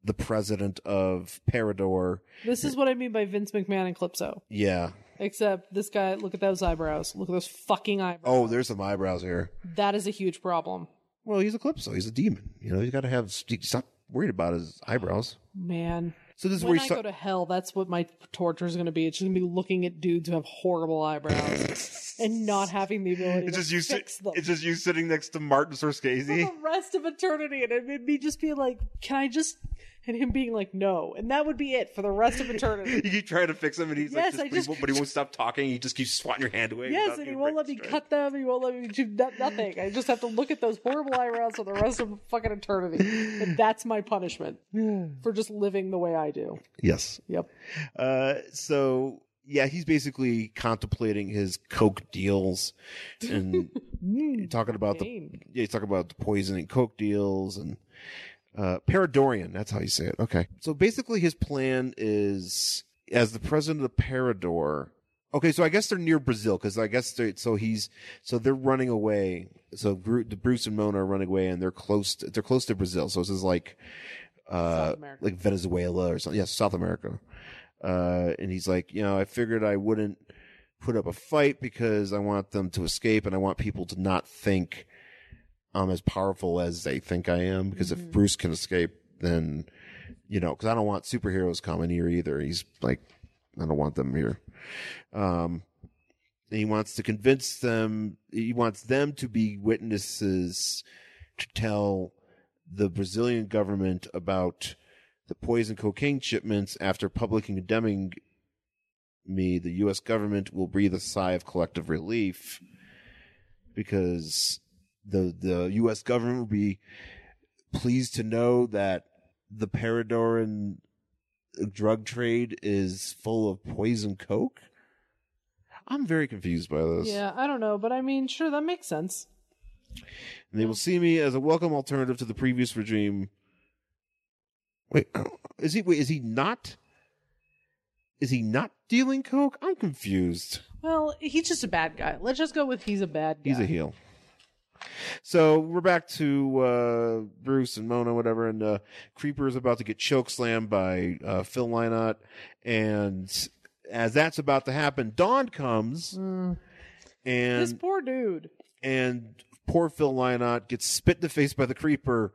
Speaker 2: the president of Parador.
Speaker 1: This is what I mean by Vince McMahon and Calypso.
Speaker 2: Yeah.
Speaker 1: Except this guy, look at those eyebrows. Look at those fucking eyebrows.
Speaker 2: Oh, there's some eyebrows here.
Speaker 1: That is a huge problem.
Speaker 2: Well, he's a Calypso. He's a demon. You know, he's got to have. Stop worried about his eyebrows.
Speaker 1: Man.
Speaker 2: So this is where
Speaker 1: When
Speaker 2: he
Speaker 1: I
Speaker 2: start-
Speaker 1: go to hell, that's what my torture is going to be. It's just going to be looking at dudes who have horrible eyebrows and not having the ability
Speaker 2: It's
Speaker 1: to
Speaker 2: just you. sit-
Speaker 1: fix them
Speaker 2: It's just you sitting next to Martin Scorsese.
Speaker 1: for the rest of eternity. And it made me just be like, "Can I just?" And him being like, "No," and that would be it for the rest of
Speaker 2: you
Speaker 1: eternity.
Speaker 2: keep trying to fix him, and he's
Speaker 1: Yes, I
Speaker 2: like, just, but,
Speaker 1: just-
Speaker 2: he won't, but he won't stop talking. He just keeps swatting your hand away.
Speaker 1: yes,
Speaker 2: without
Speaker 1: and he
Speaker 2: even
Speaker 1: won't let me
Speaker 2: recognizing-
Speaker 1: cut them. He won't let me do no- nothing. I just have to look at those horrible eyebrows for the rest of fucking eternity, and that's my punishment for just living the way I do.
Speaker 2: Yes.
Speaker 1: Yep.
Speaker 2: Uh, so yeah, he's basically contemplating his coke deals and talking about the
Speaker 1: Pain.
Speaker 2: yeah, he's talking about the poison and coke deals and uh, Paradorian. That's how you say it. Okay. So basically, his plan is as the president of Parador. Okay, so I guess they're near Brazil because I guess they so he's so they're running away. So Bru- the Bruce and Mona are running away, and they're close. To, they're close to Brazil. So this is like, uh,
Speaker 1: South America.
Speaker 2: like Venezuela or something. Yes, South America. Uh, and he's like, you know, I figured I wouldn't put up a fight because I want them to escape, and I want people to not think I'm um, as powerful as they think I am. Because if Bruce can escape, then you know, because I don't want superheroes coming here either. He's like, I don't want them here. Um, and he wants to convince them. He wants them to be witnesses to tell the Brazilian government about the poison cocaine shipments after publicly condemning me. The U.S. government will breathe a sigh of collective relief because the the U.S. government will be pleased to know that the Paradoran drug trade is full of poison coke. I'm very confused by this.
Speaker 1: Yeah, I don't know, but I mean, sure, that makes sense.
Speaker 2: And they will see me as a welcome alternative to the previous regime. Wait, I don't- is he? Wait, is he not? Is he not dealing coke? I'm confused.
Speaker 1: Well, he's just a bad guy. Let's just go with he's a bad guy.
Speaker 2: He's a heel. So we're back to uh, Bruce and Mona, whatever, and uh, Creeper is about to get choke slammed by uh, Phil Lynott, and as that's about to happen, Dawn comes
Speaker 1: Mm.
Speaker 2: and
Speaker 1: this poor dude.
Speaker 2: and poor Phil Lynott gets spit in the face by the creeper,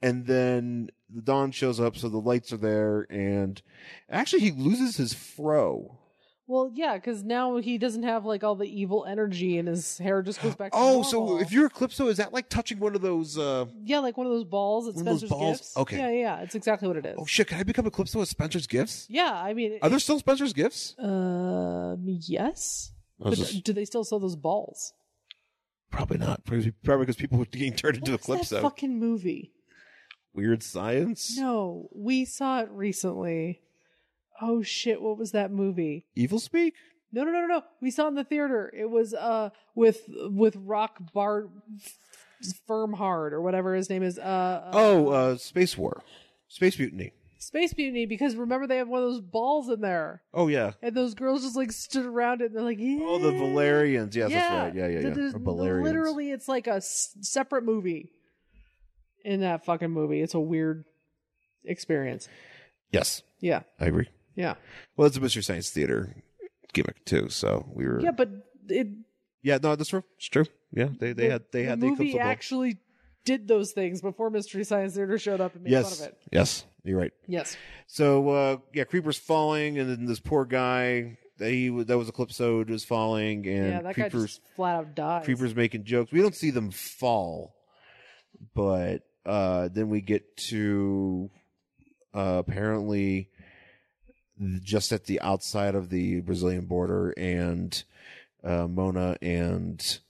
Speaker 2: and then the dawn shows up, so the lights are there, and actually he loses his fro.
Speaker 1: Well, yeah, because now he doesn't have like all the evil energy, and his hair just goes back. To
Speaker 2: Oh,
Speaker 1: normal.
Speaker 2: so if you're Eclipso, is that like touching one of those? uh
Speaker 1: yeah, like one of those balls at
Speaker 2: One of those
Speaker 1: Spencer's
Speaker 2: balls?
Speaker 1: gifts.
Speaker 2: Okay.
Speaker 1: Yeah, yeah, yeah, it's exactly what it is.
Speaker 2: Oh shit! Can I become Eclipso with Spencer's gifts?
Speaker 1: yeah, I mean,
Speaker 2: Are there still Spencer's gifts?
Speaker 1: um, yes,
Speaker 2: I
Speaker 1: but
Speaker 2: was just-
Speaker 1: do they still sell those balls?
Speaker 2: probably not. Probably probably because people were getting turned into
Speaker 1: What was that
Speaker 2: Eclipso.
Speaker 1: fucking movie?
Speaker 2: Weird science.
Speaker 1: No, we saw it recently. Oh shit, what was that movie?
Speaker 2: Evil speak.
Speaker 1: No, no, no, no, no. We saw it in the theater. It was uh with with Rock Bart Firmhard or whatever his name is. Uh, uh
Speaker 2: Oh, uh space war, space mutiny.
Speaker 1: Space Mutiny because remember they have one of those balls in there.
Speaker 2: Oh yeah.
Speaker 1: And those girls just like stood around it and they're like, yeah.
Speaker 2: Oh, the Valerians. Yes, that's right. Yeah, yeah, yeah.
Speaker 1: Th- there's-
Speaker 2: Or Valerians.
Speaker 1: Literally, it's like a s- separate movie in that fucking movie. It's a weird experience.
Speaker 2: Yes,
Speaker 1: Yeah.
Speaker 2: I agree.
Speaker 1: Yeah.
Speaker 2: Well, it's a Mystery Science Theater gimmick too, so we were.
Speaker 1: Yeah, but it,
Speaker 2: Yeah, no, that's true. It's true. Yeah, they they
Speaker 1: the-
Speaker 2: had they
Speaker 1: the
Speaker 2: had the
Speaker 1: movie
Speaker 2: Eclipse Ball.
Speaker 1: actually did those things before Mystery Science Theater showed up and made
Speaker 2: Yes,
Speaker 1: fun of it.
Speaker 2: yes, you're right.
Speaker 1: Yes.
Speaker 2: So uh, yeah, Creeper's falling, and then this poor guy that he was- that was Eclipsode was falling, and
Speaker 1: yeah, that guy
Speaker 2: Creeper's
Speaker 1: just flat out dies.
Speaker 2: Creeper's making jokes. We don't see them fall, but uh, then we get to uh, apparently just at the outside of the Brazilian border, and uh, Mona and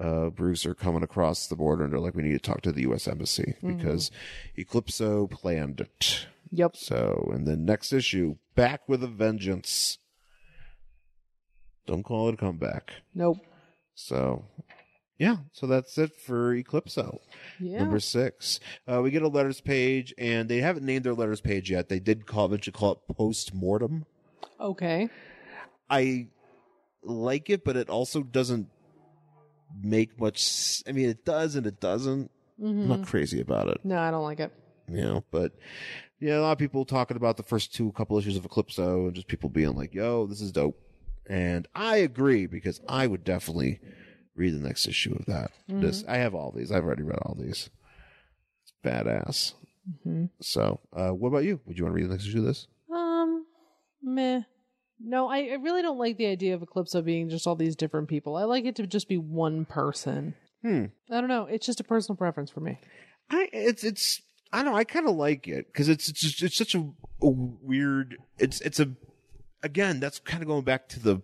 Speaker 2: uh, Bruce are coming across the border, and they're like, "We need to talk to the U.S. Embassy because Eclipso planned it."
Speaker 1: Yep.
Speaker 2: So, and then next issue, back with a vengeance. Don't call it a comeback.
Speaker 1: Nope.
Speaker 2: So, yeah, so that's it for Eclipso
Speaker 1: Yeah.
Speaker 2: number six. Uh, we get a letters page, and they haven't named their letters page yet. They did call eventually call it post mortem.
Speaker 1: okay.
Speaker 2: I like it, but it also doesn't make much. s- I mean, it does and it doesn't.
Speaker 1: hmm
Speaker 2: I'm not crazy about it,
Speaker 1: No, I don't like it.
Speaker 2: you know. But yeah, a lot of people talking about the first two couple issues of Eclipso, and just people being like, "Yo, this is dope," and I agree because I would definitely read the next issue of that. This I have all these. I've already read all these. It's badass.
Speaker 1: Mhm.
Speaker 2: So, uh, what about you? Would you want to read the next issue of this?
Speaker 1: Um, meh. No, I, I really don't like the idea of Eclipso being just all these different people. I like it to just be one person.
Speaker 2: Hmm.
Speaker 1: I don't know. It's just a personal preference for me.
Speaker 2: I it's it's I don't know. I kind of like it because it's it's just, it's such a, a weird. It's it's a again that's kind of going back to the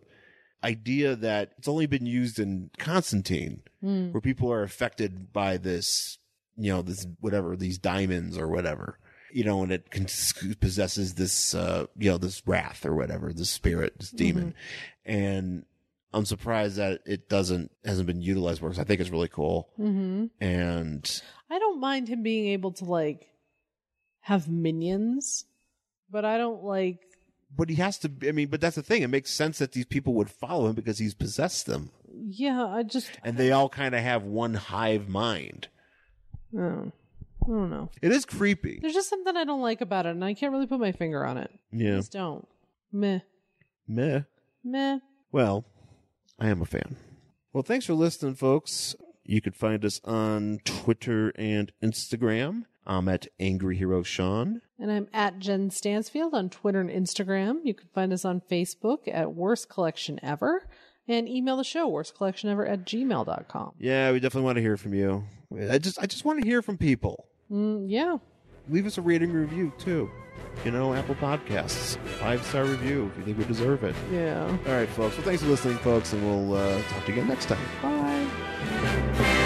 Speaker 2: idea that it's only been used in Constantine
Speaker 1: Mm.
Speaker 2: where people are affected by this you know this whatever these diamonds or whatever you know and it con- possesses this uh you know this wrath or whatever this spirit this demon and I'm surprised that it doesn't hasn't been utilized more 'cause I think it's really cool
Speaker 1: Mm-hmm.
Speaker 2: and
Speaker 1: I don't mind him being able to like have minions, but I don't like.
Speaker 2: But he has to. I mean, but that's the thing. It makes sense that these people would follow him because he's possessed them,
Speaker 1: Yeah, I just.
Speaker 2: and they all kind of have one hive mind.
Speaker 1: oh, I don't know.
Speaker 2: It is creepy.
Speaker 1: There's just something I don't like about it, and I can't really put my finger on it.
Speaker 2: Yeah.
Speaker 1: Just don't. Meh.
Speaker 2: Meh.
Speaker 1: Meh.
Speaker 2: Well, I am a fan. Well, thanks for listening, folks. You can find us on Twitter and Instagram. I'm at Angry Hero Sean.
Speaker 1: And I'm at Jen Stansfield on Twitter and Instagram. You can find us on Facebook at Worst Collection Ever and email the show worstcollectionever at gmail.com.
Speaker 2: Yeah, we definitely want to hear from you. I just, I just want to hear from people.
Speaker 1: Mm, yeah.
Speaker 2: leave us a rating review too. You know, Apple Podcasts, five star review if you think we deserve it.
Speaker 1: Yeah.
Speaker 2: All right, folks. Well, thanks for listening, folks, and we'll uh, talk to you again next time.
Speaker 1: Bye.
Speaker 2: Bye.